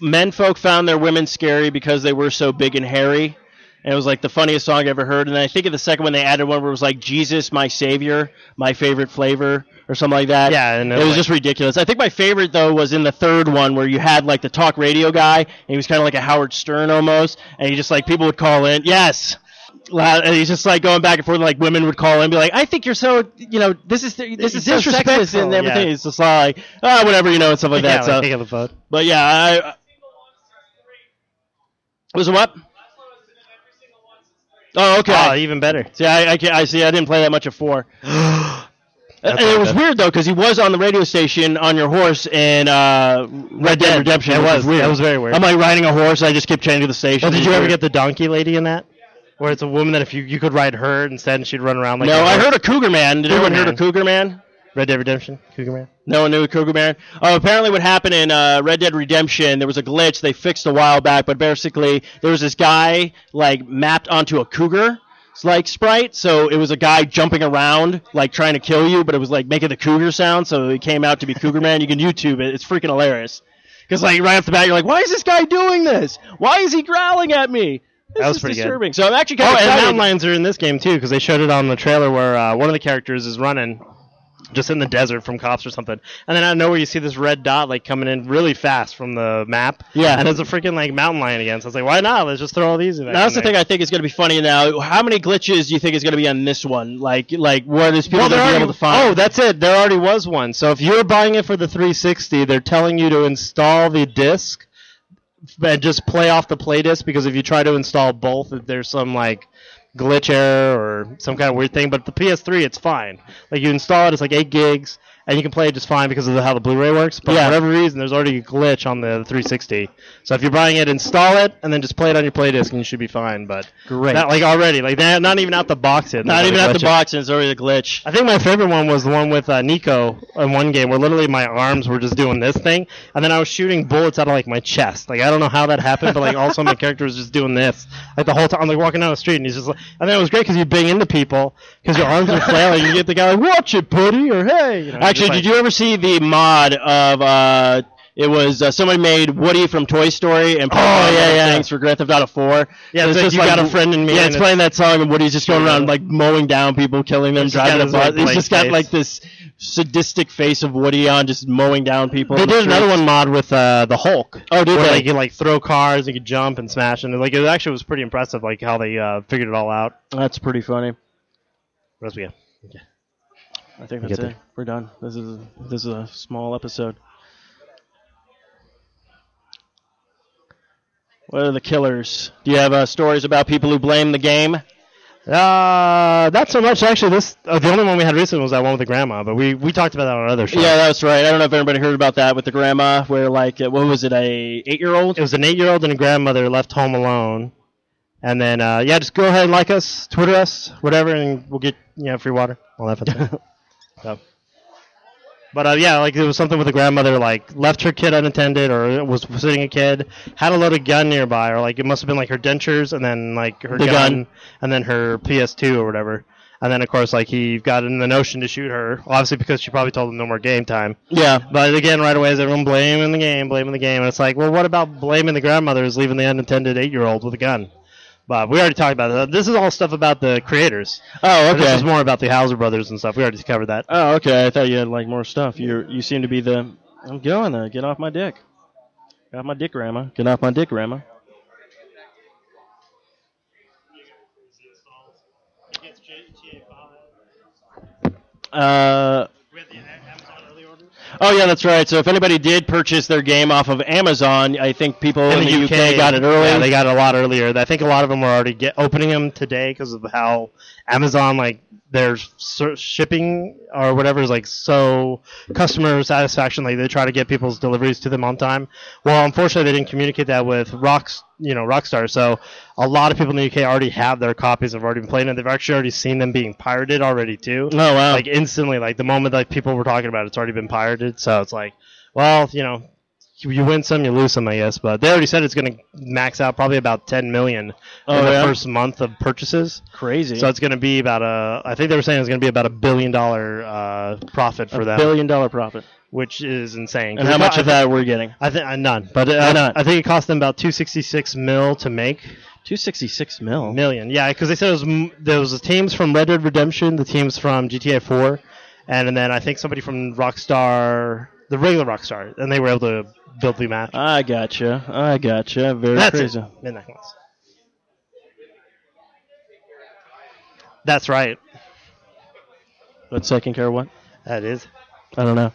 [SPEAKER 2] "Men folk found their women scary because they were so big and hairy," and it was like the funniest song I ever heard. And then I think in the second one they added one where it was like "Jesus, my savior, my favorite flavor" or something like that.
[SPEAKER 3] Yeah, and
[SPEAKER 2] it was
[SPEAKER 3] like-
[SPEAKER 2] just ridiculous. I think my favorite though was in the third one where you had like the talk radio guy, and he was kind of like a Howard Stern almost, and he just like people would call in, yes. Loud, and he's just like going back and forth. Like women would call in and be like, "I think you're so, you know, this is this is
[SPEAKER 3] You're so
[SPEAKER 2] disrespectful
[SPEAKER 3] sexist,
[SPEAKER 2] and
[SPEAKER 3] yeah.
[SPEAKER 2] everything." It's just like, ah, whatever, you know, and stuff like
[SPEAKER 3] Yeah,
[SPEAKER 2] that.
[SPEAKER 3] like,
[SPEAKER 2] so,
[SPEAKER 3] taking the phone.
[SPEAKER 2] but yeah, I, I was it what? Oh, okay.
[SPEAKER 3] Oh, even better.
[SPEAKER 2] see, I, I, can't, I see. I didn't play that much of four. And
[SPEAKER 3] not
[SPEAKER 2] it was
[SPEAKER 3] bad.
[SPEAKER 2] weird though, because he was on the radio station on your horse in uh, Red Dead Redemption.
[SPEAKER 3] It
[SPEAKER 2] which
[SPEAKER 3] was.
[SPEAKER 2] weird.
[SPEAKER 3] That was very weird.
[SPEAKER 2] I'm like riding a horse. I just kept changing the station.
[SPEAKER 3] Well, did you ever get the donkey lady in that? Where it's a woman that if you, you could ride her instead and she'd run around like
[SPEAKER 2] no,
[SPEAKER 3] a
[SPEAKER 2] I
[SPEAKER 3] horse.
[SPEAKER 2] heard a cougar man. Did
[SPEAKER 3] Cougar
[SPEAKER 2] everyone hear
[SPEAKER 3] Man.
[SPEAKER 2] a cougar man?
[SPEAKER 3] Red Dead Redemption, Cougar Man.
[SPEAKER 2] No one knew Cougar Baron. Oh, apparently what happened in uh, Red Dead Redemption, there was a glitch they fixed a while back, but basically there was this guy like mapped onto a cougar like sprite, so it was a guy jumping around like trying to kill you, but it was like making the cougar sound, so it came out to be Cougar Man. You can YouTube it; it's freaking hilarious. Because like right off the bat, you're like, why is this guy doing this? Why is he growling at me? This
[SPEAKER 3] That was
[SPEAKER 2] is
[SPEAKER 3] pretty good.
[SPEAKER 2] disturbing. So I'm actually
[SPEAKER 3] Oh,
[SPEAKER 2] kind of
[SPEAKER 3] and mountain
[SPEAKER 2] excited.
[SPEAKER 3] lions are in this game too because they showed it on the trailer where uh, one of the characters is running just in the desert from cops or something, and then out of nowhere you see this red dot like coming in really fast from the map.
[SPEAKER 2] Yeah.
[SPEAKER 3] and it's a freaking like mountain lion again. So I was like, why not? Let's just throw all these.
[SPEAKER 2] Now, that's the thing I think is going to be funny. Now, how many glitches do you think is going to be on this one? Like, like what is people
[SPEAKER 3] Well, there
[SPEAKER 2] going to be
[SPEAKER 3] already,
[SPEAKER 2] able to find?
[SPEAKER 3] oh, that's it. There already was one. So if you're buying it for the 360, they're telling you to install the disc and just play off the play disk because if you try to install both, there's some like glitch error or some kind of weird thing. But the PS3, it's fine. Like you install it, it's like eight gigs, and you can play it just fine because of how the Blu-ray works. But
[SPEAKER 2] Yeah.
[SPEAKER 3] for whatever reason, there's already a glitch on the 360. So if you're buying it, install it, and then just play it on your play disk, and you should be fine. But
[SPEAKER 2] Great.
[SPEAKER 3] not like already, like they're not even out the box yet.
[SPEAKER 2] Not
[SPEAKER 3] There's
[SPEAKER 2] even
[SPEAKER 3] already
[SPEAKER 2] at the
[SPEAKER 3] glitches.
[SPEAKER 2] box, and it's already a glitch.
[SPEAKER 3] I think my favorite one was the one with uh, Nico in one game where literally my arms were just doing this thing, and then I was shooting bullets out of like my chest. Like I don't know how that happened, but like also my character was just doing this like the whole time. I'm like walking down the street, and he's just like, and then it was great because you bang into people because your arms were flailing. You get the guy like, "Watch it, buddy," or "Hey." You know,
[SPEAKER 2] Actually, did you ever see the mod of uh, it was uh, somebody made Woody from Toy Story and
[SPEAKER 3] Oh, yeah, yeah.
[SPEAKER 2] things for Grand Theft Auto Four.
[SPEAKER 3] Yeah,
[SPEAKER 2] So
[SPEAKER 3] it's like, "You got a friend in me,"
[SPEAKER 2] Yeah,
[SPEAKER 3] and
[SPEAKER 2] it's
[SPEAKER 3] it's-
[SPEAKER 2] playing that song and Woody's just going around like mowing down people, killing them,
[SPEAKER 3] He's just
[SPEAKER 2] driving a
[SPEAKER 3] got this,
[SPEAKER 2] bus.
[SPEAKER 3] like,
[SPEAKER 2] He's
[SPEAKER 3] blank
[SPEAKER 2] just got
[SPEAKER 3] face.
[SPEAKER 2] like this sadistic face of Woody on, just mowing down people.
[SPEAKER 3] They
[SPEAKER 2] in the
[SPEAKER 3] did another
[SPEAKER 2] streets.
[SPEAKER 3] one mod with uh, the Hulk.
[SPEAKER 2] Oh, did
[SPEAKER 3] where,
[SPEAKER 2] they?
[SPEAKER 3] Like, you like throw cars, you could jump and smash, and like it actually was pretty impressive, like how they uh, figured it all out.
[SPEAKER 2] That's pretty funny.
[SPEAKER 3] What else we got?
[SPEAKER 4] I think
[SPEAKER 3] We
[SPEAKER 4] that's
[SPEAKER 3] get
[SPEAKER 4] it. We're done. This is this is a small episode. What are the killers?
[SPEAKER 2] Do you have uh, stories about people who blame the game?
[SPEAKER 3] Uh, not so much actually. This uh, the only one we had recently was that one with the grandma, but we, we talked about that on another show.
[SPEAKER 2] Yeah, that's right. I don't know if anybody heard about that with the grandma, where like, uh, what was it, a eight year old?
[SPEAKER 3] it was an eight year old and a grandmother left home alone, and then uh, yeah, just go ahead and like us, Twitter us, whatever, and we'll get you know free water, all that fun stuff. so, but uh, yeah, like there was something with the grandmother like left her kid unattended or was sitting a kid had a loaded gun nearby or like it must have been like her dentures and then like her
[SPEAKER 2] The
[SPEAKER 3] gun,
[SPEAKER 2] gun.
[SPEAKER 3] and then her PS2 or whatever. And then of course like he got in the notion to shoot her, obviously because she probably told him no more game time.
[SPEAKER 2] Yeah, Oh,
[SPEAKER 3] But again, right away, is everyone blaming the game, blaming the game, and it's like, well, what about blaming the grandmothers leaving the unattended eight-year-old with a gun? But we already talked about that. This is all stuff about the creators.
[SPEAKER 2] Oh,
[SPEAKER 3] But This is
[SPEAKER 2] okay.
[SPEAKER 3] more about the Hauser brothers and stuff. We already covered that.
[SPEAKER 4] Oh, okay. I thought you had like more stuff. You you seem to be the I'm going to get off my dick. Get off my dick, grandma. Get off my dick, grandma.
[SPEAKER 2] Uh, oh yeah, that's right. So if anybody did purchase their game off of Amazon, I think people in, the, UK, got it early.
[SPEAKER 3] Yeah, they got it a lot earlier. I think a lot of them were already get, opening them today because of how Amazon like their ser- shipping or whatever is like so customer satisfaction. Like they try to get people's deliveries to them on time. Well, unfortunately, they didn't communicate that with rocks. You know, Rockstar. So a lot of people in the UK already have their copies. Have already been playing it. They've actually already seen them being pirated already too.
[SPEAKER 2] oh wow.
[SPEAKER 3] Like instantly, like the moment like people were talking about, it, it's already been pirated. So it's like, well, you know, you you win some, you lose some, I guess. But they already said it's going to max out probably about 10 million
[SPEAKER 2] Oh,
[SPEAKER 3] in the
[SPEAKER 2] yeah?
[SPEAKER 3] first month of purchases.
[SPEAKER 4] Crazy.
[SPEAKER 3] So it's going to be about a. I think they were saying it's going to be about a billion dollar uh, profit for them,
[SPEAKER 4] billion dollar profit.
[SPEAKER 3] which is insane.
[SPEAKER 4] And how much of
[SPEAKER 3] I
[SPEAKER 4] that we're getting?
[SPEAKER 3] I think uh, none, but uh,
[SPEAKER 4] not?
[SPEAKER 3] I think it cost them about 266 mil to make
[SPEAKER 4] 266 mil.
[SPEAKER 3] million. Yeah, because they said it was m- there was the teams from Red Dead Redemption, the teams from GTA 4, and, and then I think somebody from Rockstar, the regular Rockstar, and they were able to build the match.
[SPEAKER 2] Oh,
[SPEAKER 4] I gotcha. I gotcha. Very
[SPEAKER 3] That's
[SPEAKER 4] crazy.
[SPEAKER 3] it. Midnight Mass. That's right.
[SPEAKER 4] But second care what?
[SPEAKER 3] That is.
[SPEAKER 4] I don't know.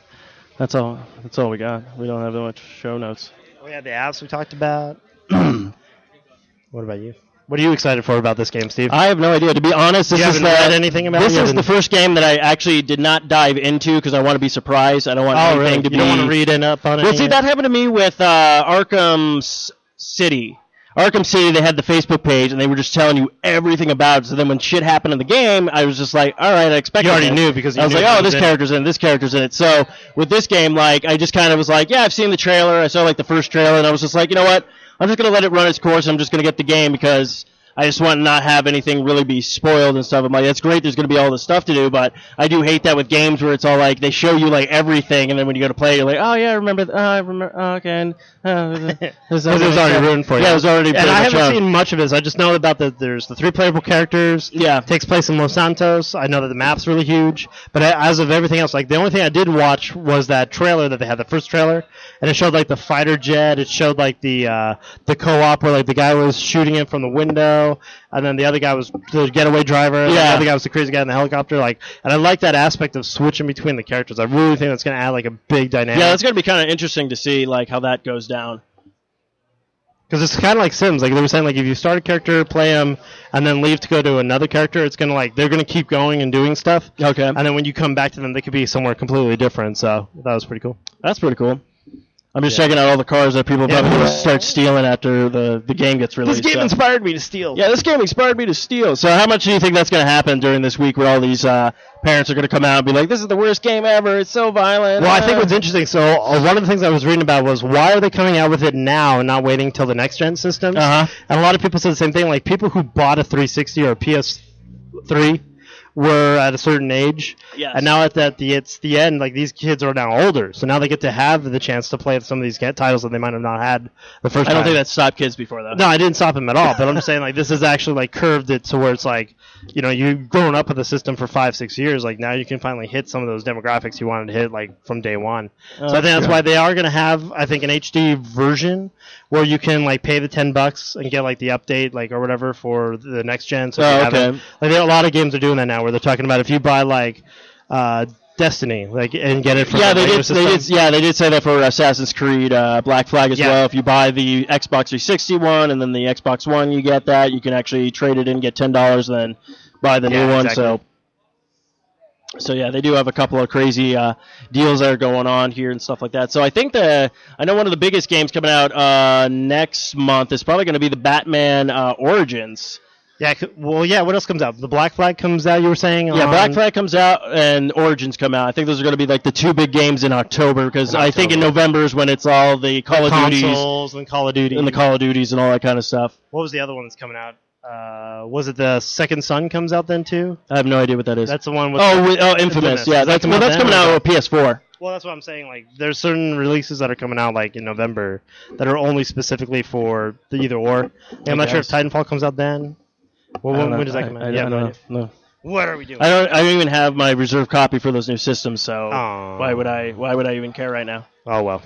[SPEAKER 4] That's all. That's all we got. We don't have that much show notes.
[SPEAKER 3] We had the apps we talked about. what about you? What are you excited for about this game, Steve?
[SPEAKER 2] I have no idea. To be honest, this
[SPEAKER 3] You
[SPEAKER 2] is
[SPEAKER 3] haven't
[SPEAKER 2] the,
[SPEAKER 3] read anything about it?
[SPEAKER 2] this
[SPEAKER 3] You
[SPEAKER 2] is the
[SPEAKER 3] haven't-
[SPEAKER 2] first game that I actually did not dive into because I want to be surprised. I don't want
[SPEAKER 4] Oh,
[SPEAKER 2] anything to
[SPEAKER 3] You
[SPEAKER 2] oh, be.
[SPEAKER 3] don't want to read in up on it.
[SPEAKER 2] Well, see, that happened to me with uh, Arkham S- City. Arkham City, they had the Facebook page, and they were just telling you everything about it. So then, when shit happened in the game, I was just like, "All right, I expected."
[SPEAKER 3] You already
[SPEAKER 2] this.
[SPEAKER 3] knew because you
[SPEAKER 2] I was
[SPEAKER 3] knew
[SPEAKER 2] like,
[SPEAKER 3] it
[SPEAKER 2] "Oh,
[SPEAKER 3] was
[SPEAKER 2] this
[SPEAKER 3] in.
[SPEAKER 2] character's in, it, this character's in it." So with this game, like, I just kind of was like, "Yeah, I've seen the trailer. I saw like the first trailer, and I was just like, you know what? I'm just gonna let it run its course. I'm just gonna get the game because." I just want to not have anything really be spoiled and stuff. I'm like, that's great. There's going to be all this stuff to do, but I do hate that with games where it's all like they show you like everything, and then when you go to play, you're like, oh yeah, I remember. Th- oh, I remember. Oh, okay. And, uh,
[SPEAKER 3] Because it was already ruined for you.
[SPEAKER 2] Yeah, it was already.
[SPEAKER 3] And
[SPEAKER 2] pretty
[SPEAKER 3] I
[SPEAKER 2] much
[SPEAKER 3] haven't
[SPEAKER 2] out.
[SPEAKER 3] seen much of this. I just know about that. There's the three playable characters.
[SPEAKER 2] Yeah.
[SPEAKER 3] It takes place in Los Santos. I know that the map's really huge, but a- as of everything else, like the only thing I did watch was that trailer that they had, the first trailer, and it showed like the fighter jet. It showed like the uh, the co-op where like the guy was shooting it from the window, and then the other guy was the getaway driver. and
[SPEAKER 2] Yeah.
[SPEAKER 3] the other guy was the crazy guy in the helicopter. Like, and I like that aspect of switching between the characters. I really think that's gonna add like a big dynamic.
[SPEAKER 2] Yeah, that's going to be kind of interesting to see like how that goes down.
[SPEAKER 3] Because it's kind of like Sims. Like they were saying, like if you start a character, play him, and then leave to go to another character, it's gonna like they're gonna keep going and doing stuff.
[SPEAKER 2] Okay.
[SPEAKER 3] And then when you come back to them, they could be somewhere completely different. So that was pretty cool.
[SPEAKER 2] That's pretty cool. I'm just
[SPEAKER 3] Yeah.
[SPEAKER 2] checking out all the cars that people
[SPEAKER 3] Yeah.
[SPEAKER 2] probably gonna start stealing after the, the game gets released. so-
[SPEAKER 3] inspired me to steal.
[SPEAKER 2] uh, yeah, this game inspired me to steal. So how much do you think that's going to happen during this week where all these uh, parents are going to come out and be like, this is the worst game ever. It's so violent.
[SPEAKER 3] Well, I think
[SPEAKER 2] Ah.
[SPEAKER 3] what's interesting. So uh, one of the things I was reading about was why are they coming out with it now and not waiting till the next gen systems?
[SPEAKER 2] Uh-huh.
[SPEAKER 3] And a lot of people said the same thing. Like people who bought a 360 or a PS3 were at a certain age,
[SPEAKER 2] Yes.
[SPEAKER 3] and now at that the it's the end. Like these kids are now older, so now they get to have the chance to play some of these get- titles that they might have not had the first.
[SPEAKER 2] I don't
[SPEAKER 3] time.
[SPEAKER 2] think that stopped kids before, though.
[SPEAKER 3] No, I didn't stop him at all. But I'm saying like this is actually like curved it to where it's like, you know, you've grown up with the system for five, six years. Like now you can finally hit some of those demographics you wanted to hit like from day one. so I think that's why they are going to have I think an HD version where you can like pay the ten bucks and get like the update like or whatever for the next gen. So if
[SPEAKER 2] Oh,
[SPEAKER 3] you haven't-
[SPEAKER 2] okay.
[SPEAKER 3] Like there are a lot of games are doing that now where they're talking about if you buy like. uh Destiny, like, and get it for
[SPEAKER 2] Yeah,
[SPEAKER 3] the
[SPEAKER 2] they
[SPEAKER 3] regular
[SPEAKER 2] did. They did.
[SPEAKER 3] system.
[SPEAKER 2] Yeah, they did say that for Assassin's Creed uh, Black Flag as
[SPEAKER 3] Yeah.
[SPEAKER 2] well. If you buy the Xbox 360 one and then the Xbox One, you get that. You can actually trade it in, get ten dollars, then buy the
[SPEAKER 3] Yeah,
[SPEAKER 2] new one.
[SPEAKER 3] exactly.
[SPEAKER 2] So, so yeah, they do have a couple of crazy uh, deals that are going on here and stuff like that. So I think the I know one of the biggest games coming out uh, next month is probably going to be the Batman uh, Origins.
[SPEAKER 3] yeah. c- Well, yeah. What else comes out? The Black Flag comes out. You were saying, Um,
[SPEAKER 2] Yeah,
[SPEAKER 3] on-
[SPEAKER 2] Black Flag comes out and Origins come out. I think those are going to be like the two big games in October because I think in November is when it's all the Call of Duties
[SPEAKER 3] consoles and Call of Duty
[SPEAKER 2] and the Call of Duties and all that kind of stuff.
[SPEAKER 3] what was the other one that's coming out? Uh, was it the Second Son comes out then too?
[SPEAKER 2] I have no idea what that is.
[SPEAKER 3] That's the one with.
[SPEAKER 2] oh, wi- oh, Infamous.
[SPEAKER 3] Infamous.
[SPEAKER 2] Yeah,
[SPEAKER 3] Does that
[SPEAKER 2] that's
[SPEAKER 3] come
[SPEAKER 2] well,
[SPEAKER 3] out
[SPEAKER 2] that's
[SPEAKER 3] then
[SPEAKER 2] coming
[SPEAKER 3] or
[SPEAKER 2] out
[SPEAKER 3] no?
[SPEAKER 2] on PS4.
[SPEAKER 3] well, that's what I'm saying. Like, there's certain releases that are coming out like in November that are only specifically for the either or. Yeah, I'm not sure if Titanfall comes out then. Well,
[SPEAKER 2] I don't
[SPEAKER 3] when,
[SPEAKER 2] know.
[SPEAKER 3] when does that
[SPEAKER 2] I-
[SPEAKER 3] come out?
[SPEAKER 2] I
[SPEAKER 3] yeah,
[SPEAKER 2] don't
[SPEAKER 3] no
[SPEAKER 2] know.
[SPEAKER 3] idea.
[SPEAKER 2] No.
[SPEAKER 3] What are we doing?
[SPEAKER 2] I don't. I don't even have my reserve copy for those new systems. So
[SPEAKER 3] Aw.
[SPEAKER 2] why would I? Why would I even care right now?
[SPEAKER 3] oh well.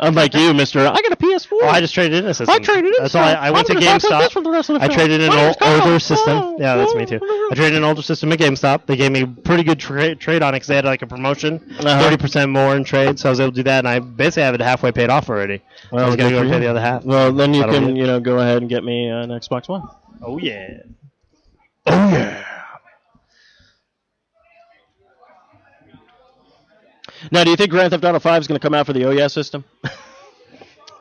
[SPEAKER 2] Unlike you, Mister. I got a PS4.
[SPEAKER 3] Well, Oh, I just traded in a system.
[SPEAKER 2] I traded it.
[SPEAKER 3] That's all. I, I went to GameStop. I traded in an ol- older system. Yeah, that's me too. I traded in an older system at GameStop. They gave me a pretty good tra- trade on it because they had like a promotion, 30
[SPEAKER 2] Uh-huh.
[SPEAKER 3] percent more in trade. So I was able to do that, and I basically have it halfway paid off already. I was
[SPEAKER 2] good
[SPEAKER 3] gonna go
[SPEAKER 2] for
[SPEAKER 3] pay
[SPEAKER 2] you.
[SPEAKER 3] the other half.
[SPEAKER 2] Well, then you
[SPEAKER 3] That'll be
[SPEAKER 2] can
[SPEAKER 3] it.
[SPEAKER 2] you know go ahead and get me an Xbox One.
[SPEAKER 3] Oh yeah. Oh,
[SPEAKER 2] Now, do you think Grand Theft Auto Five is going to come out for the Oh Yeah system?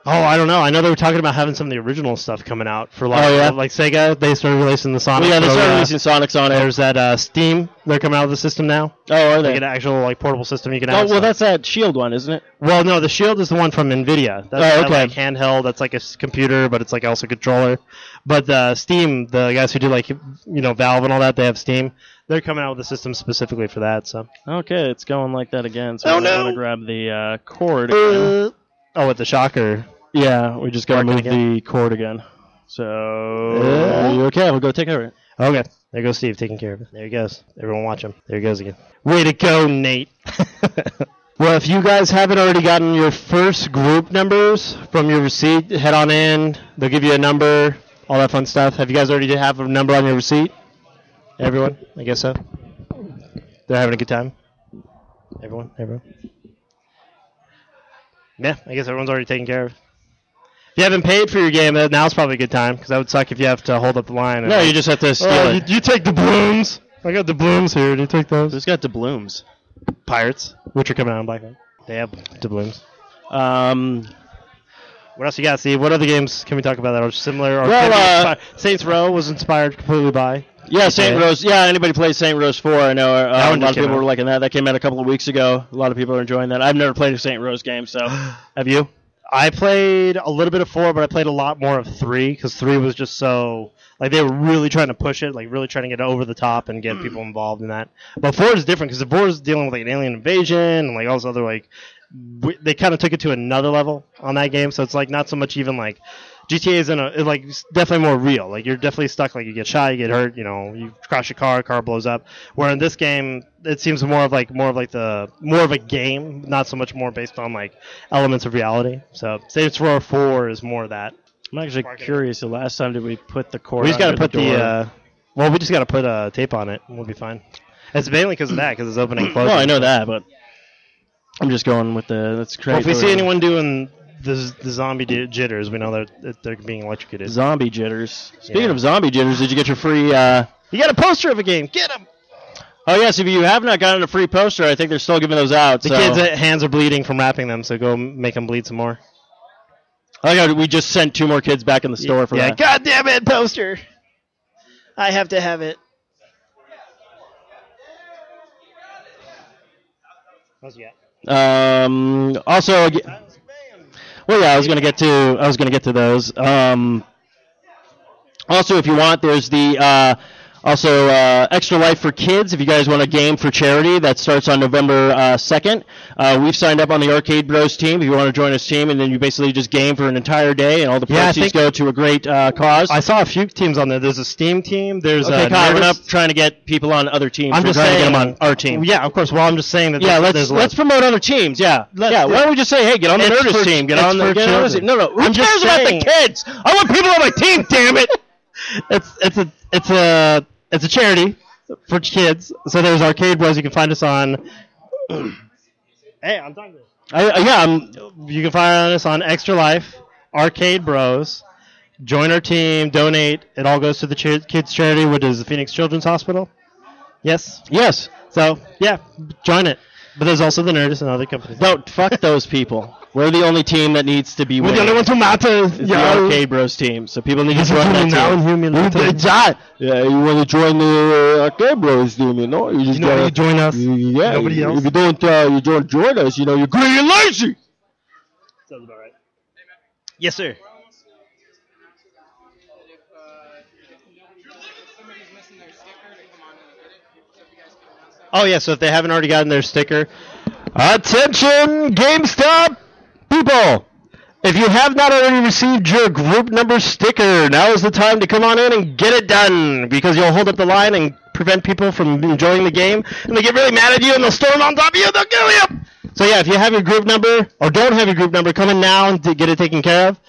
[SPEAKER 3] Oh, I don't know. I know they were talking about having some of the original stuff coming out for like,
[SPEAKER 2] Oh, yeah?
[SPEAKER 3] like Sega. They started releasing the Sonic.
[SPEAKER 2] Well, yeah, they
[SPEAKER 3] program.
[SPEAKER 2] started releasing Sonics on it.
[SPEAKER 3] There's that uh, Steam. They're coming out with the system now.
[SPEAKER 2] Oh, are
[SPEAKER 3] Like
[SPEAKER 2] they?
[SPEAKER 3] an
[SPEAKER 2] Oh,
[SPEAKER 3] actual like portable system you can. access.
[SPEAKER 2] well, that's that Shield one, isn't it?
[SPEAKER 3] Well, no, the Shield is the one from Nvidia. That's that,
[SPEAKER 2] okay.
[SPEAKER 3] like handheld. That's like a s- computer, but it's like also a controller. But uh, Steam, the guys who do like you know Valve and all that, they have Steam. They're coming out with a system specifically for that. So.
[SPEAKER 2] Okay, it's going like that again. So
[SPEAKER 3] Oh,
[SPEAKER 2] I'm
[SPEAKER 3] no.
[SPEAKER 2] gonna grab the uh, cord. Again.
[SPEAKER 3] Uh, oh, with the shocker.
[SPEAKER 2] Yeah, we just gotta
[SPEAKER 3] Mark
[SPEAKER 2] move
[SPEAKER 3] it again.
[SPEAKER 2] the cord again. So
[SPEAKER 3] Uh.
[SPEAKER 2] you okay? We'll go take care of it.
[SPEAKER 3] Okay, there goes Steve taking care of it. There he goes. Everyone watch him. There he goes again. Way to go, Nate. well, if you guys haven't already gotten your first group numbers from your receipt, head on in. They'll give you a number, all that fun stuff. Have you guys already have a number on your receipt? Everyone, I guess so. They're having a good time. Everyone, everyone. Yeah, I guess everyone's already taken care of. If you haven't paid for your game, then now's probably a good time because that would suck if you have to hold up the line. and-
[SPEAKER 2] No, you just have to steal
[SPEAKER 3] Oh, you,
[SPEAKER 2] it.
[SPEAKER 3] you take the blooms. I got the blooms here. Do you take those?
[SPEAKER 2] Who's got doubloons?
[SPEAKER 3] Pirates, which are coming out in Black Knight. They have the blooms.
[SPEAKER 2] Um,
[SPEAKER 3] What else you got, Steve? What other games can we talk about that are similar? Or
[SPEAKER 2] Well,
[SPEAKER 3] could be
[SPEAKER 2] uh,
[SPEAKER 3] inspi- Saints Row was inspired completely by.
[SPEAKER 2] yeah, Saint Rose. Yeah, anybody plays Saint Rose Four? I know uh, a
[SPEAKER 3] one
[SPEAKER 2] lot
[SPEAKER 3] just
[SPEAKER 2] of
[SPEAKER 3] came
[SPEAKER 2] people
[SPEAKER 3] out.
[SPEAKER 2] were liking that. That came out a couple of weeks ago. A lot of people are enjoying that. I've never played a Saint Rose game, so have you?
[SPEAKER 3] I played a little bit of four, but I played a lot more of three because three was just so like they were really trying to push it, like really trying to get over the top and
[SPEAKER 2] Mm.
[SPEAKER 3] get people involved in that. But four is different because the four is dealing with like an alien invasion and like all this other like w- they kind of took it to another level on that game. So it's like not so much even like GTA is in a it, like it's definitely more real. Like you're definitely stuck. Like you get shot, you get hurt. You know, you crash your car, car blows up. Where in this game, it seems more of like more of like the more of a game, not so much more based on like elements of reality. So Saints Row Four is more of that.
[SPEAKER 2] I'm actually
[SPEAKER 3] Marketing.
[SPEAKER 2] curious. The last time did we put the cord?
[SPEAKER 3] We just got to
[SPEAKER 2] under
[SPEAKER 3] put the,
[SPEAKER 2] door?
[SPEAKER 3] uh, well, we just got to put uh, tape on it. and We'll be fine. It's mainly because of that, because it's opening and closing.
[SPEAKER 2] Well, I know that, but I'm just going with the. That's crazy.
[SPEAKER 3] Well, if we see anyone doing the, the zombie di- jitters. We know that, that they're being electrocuted.
[SPEAKER 2] Zombie jitters. Speaking
[SPEAKER 3] Yeah.
[SPEAKER 2] of zombie jitters, did you get your free? Uh,
[SPEAKER 3] you got a poster of a game. Get them.
[SPEAKER 2] oh yes, if you have not gotten a free poster, I think they're still giving those out.
[SPEAKER 3] The
[SPEAKER 2] so-
[SPEAKER 3] kids' uh, hands are bleeding from wrapping them, so go m- make them bleed some more.
[SPEAKER 2] I like how we just sent two more kids back in the store for
[SPEAKER 3] yeah,
[SPEAKER 2] that.
[SPEAKER 3] God damn it, poster. I have to have it.
[SPEAKER 2] Um, also, ag- well, yeah, I was gonna get to I was gonna get to those. Um, also, if you want, there's the uh, also uh, Extra Life for Kids. If you guys want a game for charity, that starts on November second. Uh, we've signed up on the Arcade Bros team. If you want to join us team, and then you basically just game for an entire day, and all the
[SPEAKER 3] Yeah, I
[SPEAKER 2] proceeds
[SPEAKER 3] think-
[SPEAKER 2] go to a great uh, cause.
[SPEAKER 3] I saw a few teams on there. There's a Steam team. There's
[SPEAKER 2] okay,
[SPEAKER 3] a
[SPEAKER 2] Kyle, we're
[SPEAKER 3] Nervous-
[SPEAKER 2] not trying to get people on other teams.
[SPEAKER 3] I'm
[SPEAKER 2] we're
[SPEAKER 3] just
[SPEAKER 2] trying to
[SPEAKER 3] saying
[SPEAKER 2] get them on our team.
[SPEAKER 3] Yeah, of course. Well, I'm just saying that.
[SPEAKER 2] Yeah,
[SPEAKER 3] there's-
[SPEAKER 2] let's
[SPEAKER 3] there's a
[SPEAKER 2] let's
[SPEAKER 3] list.
[SPEAKER 2] promote other teams. Yeah,
[SPEAKER 3] Let's
[SPEAKER 2] yeah.
[SPEAKER 3] do
[SPEAKER 2] Why
[SPEAKER 3] it.
[SPEAKER 2] don't we just say, hey, get on the
[SPEAKER 3] It's
[SPEAKER 2] Nerdist
[SPEAKER 3] for-
[SPEAKER 2] team, get
[SPEAKER 3] it's
[SPEAKER 2] on the
[SPEAKER 3] for
[SPEAKER 2] get on the-
[SPEAKER 3] children.
[SPEAKER 2] No, no, who
[SPEAKER 3] I'm
[SPEAKER 2] cares
[SPEAKER 3] just
[SPEAKER 2] about the
[SPEAKER 3] saying.
[SPEAKER 2] kids? I want people on my team. Damn it!
[SPEAKER 3] It's it's a it's a it's a charity for kids. So there's Arcade Bros. You can find us on. uh, hey, I'm talking.
[SPEAKER 2] I, I- yeah, I'm,
[SPEAKER 3] um, You can find us on Extra Life, Arcade Bros. Join our team, donate. It all goes to the char- kids charity, which is the Phoenix Children's Hospital. Yes.
[SPEAKER 2] yes.
[SPEAKER 3] So yeah, join it. But there's also the Nerdist and other companies.
[SPEAKER 2] No, fuck those people. We're the only team that needs to be.
[SPEAKER 3] We're the
[SPEAKER 2] winning.
[SPEAKER 3] only ones who matter.
[SPEAKER 2] It's the Arcade Bros team. So people need to join that team. Yeah, you want to join the uh, Arcade Bros team? You know, you just
[SPEAKER 3] know, you
[SPEAKER 2] gotta-
[SPEAKER 3] join us.
[SPEAKER 2] Yeah,
[SPEAKER 3] Nobody else.
[SPEAKER 2] If you don't, uh, you don't join us. You know, you're greedy and lazy.
[SPEAKER 3] Yes, sir. Oh yeah, so if they haven't already gotten their sticker,
[SPEAKER 2] Attention, GameStop people! If you have not already received your group number sticker, now is the time to come on in and get it done because you'll hold up the line and prevent people from enjoying the game, and they get really mad at you and they'll storm on top of you and they'll kill you. So yeah, if you have your group number or don't have your group number, come in now and to get it taken care of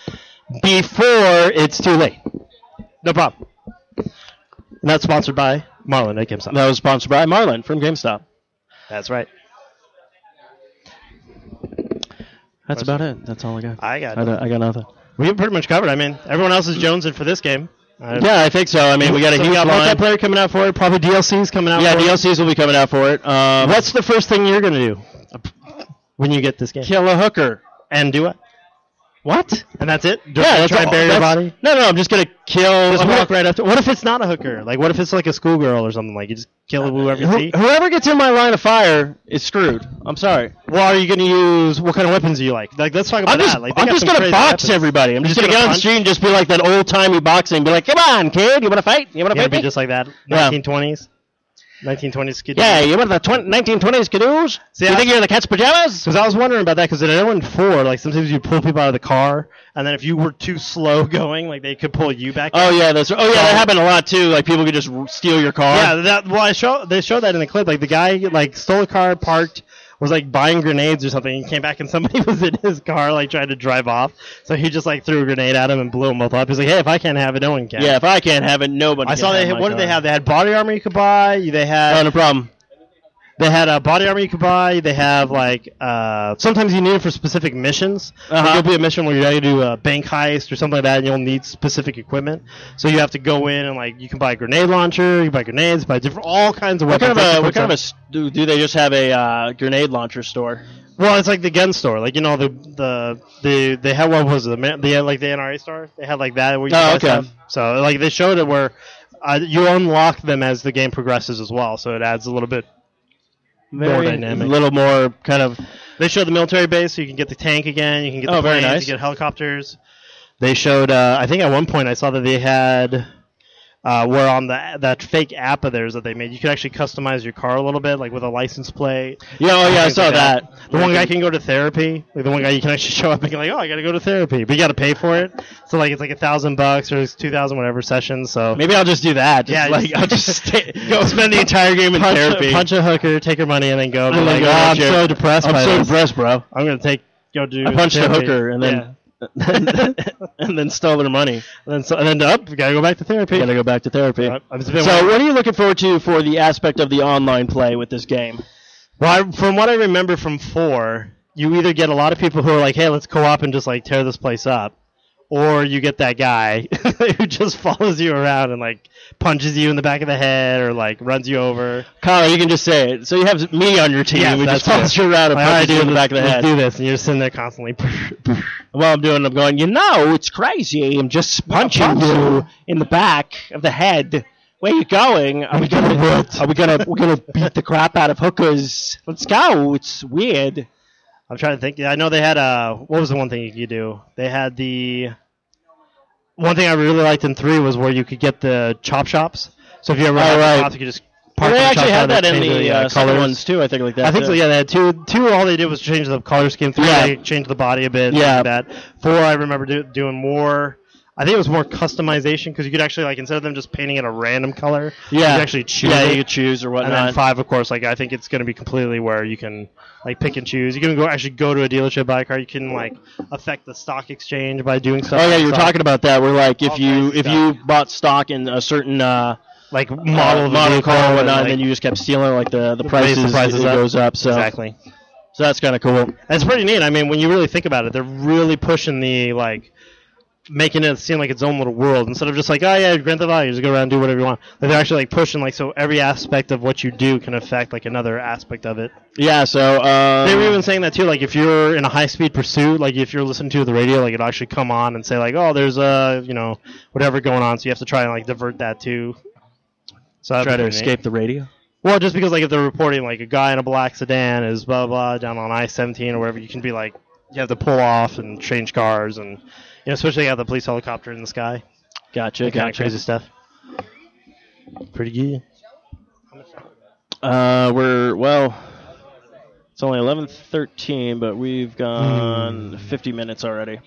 [SPEAKER 2] before it's too late.
[SPEAKER 3] no problem. Not sponsored by Marlin at GameStop.
[SPEAKER 2] That was sponsored by Marlin from GameStop.
[SPEAKER 3] That's right.
[SPEAKER 2] That's about it. That's all I got.
[SPEAKER 3] I got
[SPEAKER 2] I, don't- I got nothing.
[SPEAKER 3] We pretty much covered. I mean, everyone else is jonesing for this game. I-
[SPEAKER 2] Yeah, I think so. I mean, we got a
[SPEAKER 3] So
[SPEAKER 2] huge
[SPEAKER 3] got
[SPEAKER 2] line.
[SPEAKER 3] multiplayer coming out for it. Probably DLCs coming out.
[SPEAKER 2] Yeah,
[SPEAKER 3] for it.
[SPEAKER 2] DLCs will be coming out for it. Um,
[SPEAKER 3] What's the first thing you're gonna do when you get this game?
[SPEAKER 2] kill a hooker?
[SPEAKER 3] and do what? What? And that's it? Do
[SPEAKER 2] yeah,
[SPEAKER 3] I
[SPEAKER 2] that's
[SPEAKER 3] try
[SPEAKER 2] all-
[SPEAKER 3] and bury your
[SPEAKER 2] that's-
[SPEAKER 3] body.
[SPEAKER 2] No, no, I'm just gonna kill.
[SPEAKER 3] Just
[SPEAKER 2] I'm gonna-
[SPEAKER 3] walk right up to. What if it's not a hooker? Like, what if it's like a schoolgirl or something? Like, you just kill whoever you see.
[SPEAKER 2] who- whoever gets in my line of fire is screwed. I'm sorry.
[SPEAKER 3] Well, are you gonna use? What kind of weapons do you like? Like, let's talk about
[SPEAKER 2] I'm just,
[SPEAKER 3] that. Like, they
[SPEAKER 2] I'm
[SPEAKER 3] got
[SPEAKER 2] just
[SPEAKER 3] some
[SPEAKER 2] gonna
[SPEAKER 3] crazy
[SPEAKER 2] box
[SPEAKER 3] weapons.
[SPEAKER 2] everybody. I'm just,
[SPEAKER 3] Just
[SPEAKER 2] gonna
[SPEAKER 3] gonna
[SPEAKER 2] get on the
[SPEAKER 3] punch?
[SPEAKER 2] street and just be like that old timey boxing. Be like, come on, kid, you wanna fight? You wanna
[SPEAKER 3] You
[SPEAKER 2] fight
[SPEAKER 3] gotta be
[SPEAKER 2] me?
[SPEAKER 3] just like that.
[SPEAKER 2] Yeah.
[SPEAKER 3] 1920s. 1920s kid.
[SPEAKER 2] yeah, you want the twen- 1920s canoes?
[SPEAKER 3] See,
[SPEAKER 2] you
[SPEAKER 3] I-
[SPEAKER 2] think you're the cat's pajamas?
[SPEAKER 3] Because I was wondering about that. Because in Ellen Four, like sometimes you pull people out of the car, and then if you were too slow going, like they could pull you back.
[SPEAKER 2] Oh yeah, that's. Oh yeah, that
[SPEAKER 3] So-
[SPEAKER 2] happened a lot too. Like people could just r- steal your car.
[SPEAKER 3] Yeah, that well, I show they showed that in the clip. Like the guy like stole a car, parked, was like buying grenades or something, and came back and somebody was in his car like trying to drive off. So he just like threw a grenade at him and blew him both up. He's like, hey, if I can't have it, no one can.
[SPEAKER 2] Yeah, if I can't have it, nobody.
[SPEAKER 3] I
[SPEAKER 2] can
[SPEAKER 3] saw they.
[SPEAKER 2] have
[SPEAKER 3] What
[SPEAKER 2] my
[SPEAKER 3] did they
[SPEAKER 2] car.
[SPEAKER 3] have? They had body armor you could buy.
[SPEAKER 2] Oh,
[SPEAKER 3] They had
[SPEAKER 2] no problem.
[SPEAKER 3] they had a body armor you could buy. They have like uh, sometimes you need it for specific missions. Like,
[SPEAKER 2] Uh-huh.
[SPEAKER 3] there'll be a mission where you got to do a bank heist or something like that, and you'll need specific equipment. So you have to go in and like you can buy a grenade launcher, you can buy grenades, buy different all kinds of
[SPEAKER 2] What kind
[SPEAKER 3] weapons.
[SPEAKER 2] of
[SPEAKER 3] Like,
[SPEAKER 2] a
[SPEAKER 3] you
[SPEAKER 2] what
[SPEAKER 3] put
[SPEAKER 2] kind of a
[SPEAKER 3] some-
[SPEAKER 2] s- do, do they just have a uh, grenade launcher store?
[SPEAKER 3] Well, it's like the gun store, like you know the the the they had what was it, the man- the like the NRA store? They had like that. Where you
[SPEAKER 2] Oh,
[SPEAKER 3] buy
[SPEAKER 2] okay.
[SPEAKER 3] Stuff. So like they showed it where uh, you unlock them as the game progresses as well, so it adds a little bit.
[SPEAKER 2] Very
[SPEAKER 3] dynamic.
[SPEAKER 2] little more kind of
[SPEAKER 3] They showed the military base, so you can get the tank again. You can get
[SPEAKER 2] Oh,
[SPEAKER 3] the
[SPEAKER 2] very
[SPEAKER 3] planes,
[SPEAKER 2] nice.
[SPEAKER 3] you get helicopters. They showed. Uh, I think at one point I saw that they had. Uh, where on the that fake app of theirs that they made, you could actually customize your car a little bit, like with a license plate.
[SPEAKER 2] yeah. Oh yeah, I
[SPEAKER 3] Things
[SPEAKER 2] saw
[SPEAKER 3] like
[SPEAKER 2] that.
[SPEAKER 3] The one guy can go to therapy. Like the one guy you can actually show up and be like, oh, I gotta go to therapy, but you gotta pay for it. So like it's like a thousand bucks or it's two thousand whatever sessions. So
[SPEAKER 2] Maybe I'll just do that. Just
[SPEAKER 3] Yeah,
[SPEAKER 2] like
[SPEAKER 3] just-
[SPEAKER 2] I'll just stay, go spend the entire game in
[SPEAKER 3] punch,
[SPEAKER 2] therapy.
[SPEAKER 3] A, punch a hooker, take her money, and then go. Be
[SPEAKER 2] And then go
[SPEAKER 3] like, "Oh,
[SPEAKER 2] to
[SPEAKER 3] I'm
[SPEAKER 2] jail."
[SPEAKER 3] so depressed. by
[SPEAKER 2] I'm so
[SPEAKER 3] this.
[SPEAKER 2] depressed, bro.
[SPEAKER 3] I'm gonna take go do.
[SPEAKER 2] I punched a
[SPEAKER 3] therapy."
[SPEAKER 2] hooker and
[SPEAKER 3] Yeah.
[SPEAKER 2] then and then stole their money.
[SPEAKER 3] and then so, and then up, gotta go back to therapy.
[SPEAKER 2] Gotta go back to therapy.
[SPEAKER 3] I- I've been
[SPEAKER 2] So, what are you looking forward to for the aspect of the online play with this game?
[SPEAKER 3] Well, I, from what I remember from four, you either get a lot of people who are like, hey, let's co-op and just like tear this place up, or you get that guy who just follows you around and like punches you in the back of the head or like runs you over.
[SPEAKER 2] Kyle, you can just say it. So you have me on your team.
[SPEAKER 3] Yes,
[SPEAKER 2] we just
[SPEAKER 3] that's
[SPEAKER 2] toss you around and
[SPEAKER 3] Like, all right,
[SPEAKER 2] punch you in
[SPEAKER 3] dude,
[SPEAKER 2] the back of the
[SPEAKER 3] let's
[SPEAKER 2] head.
[SPEAKER 3] Do this, and you're sitting there constantly.
[SPEAKER 2] While I'm doing, it, I'm going. You know, it's crazy. I'm just punching
[SPEAKER 3] punch
[SPEAKER 2] you in the back of the head. Where you going? Are we gonna? Are we gonna? We're gonna beat the crap out of hookers. Let's go. It's weird.
[SPEAKER 3] I'm trying to think. I know they had uh What was the one thing you could do? They had the. One thing I really liked in three was where you could get the chop shops. So if you ever
[SPEAKER 2] Oh,
[SPEAKER 3] had
[SPEAKER 2] right.
[SPEAKER 3] chops, you could just. park
[SPEAKER 2] they
[SPEAKER 3] the chop
[SPEAKER 2] actually
[SPEAKER 3] shop
[SPEAKER 2] had
[SPEAKER 3] and
[SPEAKER 2] that in
[SPEAKER 3] change
[SPEAKER 2] the uh, second
[SPEAKER 3] colors.
[SPEAKER 2] ones too. I think like that.
[SPEAKER 3] I think
[SPEAKER 2] too.
[SPEAKER 3] so. Yeah, they had two. Two. All they did was change the color scheme. Three,
[SPEAKER 2] Yeah.
[SPEAKER 3] they changed the body a bit.
[SPEAKER 2] Yeah.
[SPEAKER 3] Yeah, that. Four, I remember do, doing more. I think it was more customization because you could actually like instead of them just painting it a random color, you
[SPEAKER 2] Yeah.
[SPEAKER 3] could actually choose.
[SPEAKER 2] Yeah,
[SPEAKER 3] it.
[SPEAKER 2] you could choose or
[SPEAKER 3] and then
[SPEAKER 2] whatnot.
[SPEAKER 3] five, of course, like I think it's going to be completely where you can like pick and choose. You can go actually go to a dealership buy a car. You can like affect the stock exchange by doing
[SPEAKER 2] Oh
[SPEAKER 3] stuff.
[SPEAKER 2] yeah,
[SPEAKER 3] like
[SPEAKER 2] you were
[SPEAKER 3] stock-
[SPEAKER 2] talking about that. We're like, if
[SPEAKER 3] All
[SPEAKER 2] you
[SPEAKER 3] kinds of
[SPEAKER 2] if you bought stock in a certain uh,
[SPEAKER 3] like model
[SPEAKER 2] uh,
[SPEAKER 3] of the
[SPEAKER 2] model
[SPEAKER 3] vehicle
[SPEAKER 2] car and whatnot,
[SPEAKER 3] like,
[SPEAKER 2] and then you uh, just kept stealing like the the
[SPEAKER 3] raise
[SPEAKER 2] prices,
[SPEAKER 3] the prices
[SPEAKER 2] it
[SPEAKER 3] up.
[SPEAKER 2] goes up. So
[SPEAKER 3] exactly.
[SPEAKER 2] so that's kind of cool.
[SPEAKER 3] That's pretty neat. I mean, when you really think about it, they're really pushing the like making it seem like its own little world instead of just like, oh yeah, Grand Theft Auto, you just go around and do whatever you want. Like, they're actually like pushing like so every aspect of what you do can affect like another aspect of it.
[SPEAKER 2] Yeah. So um,
[SPEAKER 3] They were even saying that too. Like if you're in a high speed pursuit, like if you're listening to the radio, like it'll actually come on and say like, oh, there's uh, you know whatever going on, so you have to try and like divert that too. So that'd
[SPEAKER 2] try
[SPEAKER 3] be
[SPEAKER 2] to
[SPEAKER 3] pretty neat.
[SPEAKER 2] escape the radio.
[SPEAKER 3] Well, just because like if they're reporting like a guy in a black sedan is blah blah down on I seventeen or wherever, you can be like you have to pull off and change cars and you know especially you have the police helicopter in the sky,
[SPEAKER 2] Gotcha.
[SPEAKER 3] kind of
[SPEAKER 2] Gotcha.
[SPEAKER 3] crazy stuff. Pretty good.
[SPEAKER 2] Uh, we're well. It's only eleven thirteen, but we've gone
[SPEAKER 3] Hmm.
[SPEAKER 2] fifty minutes already.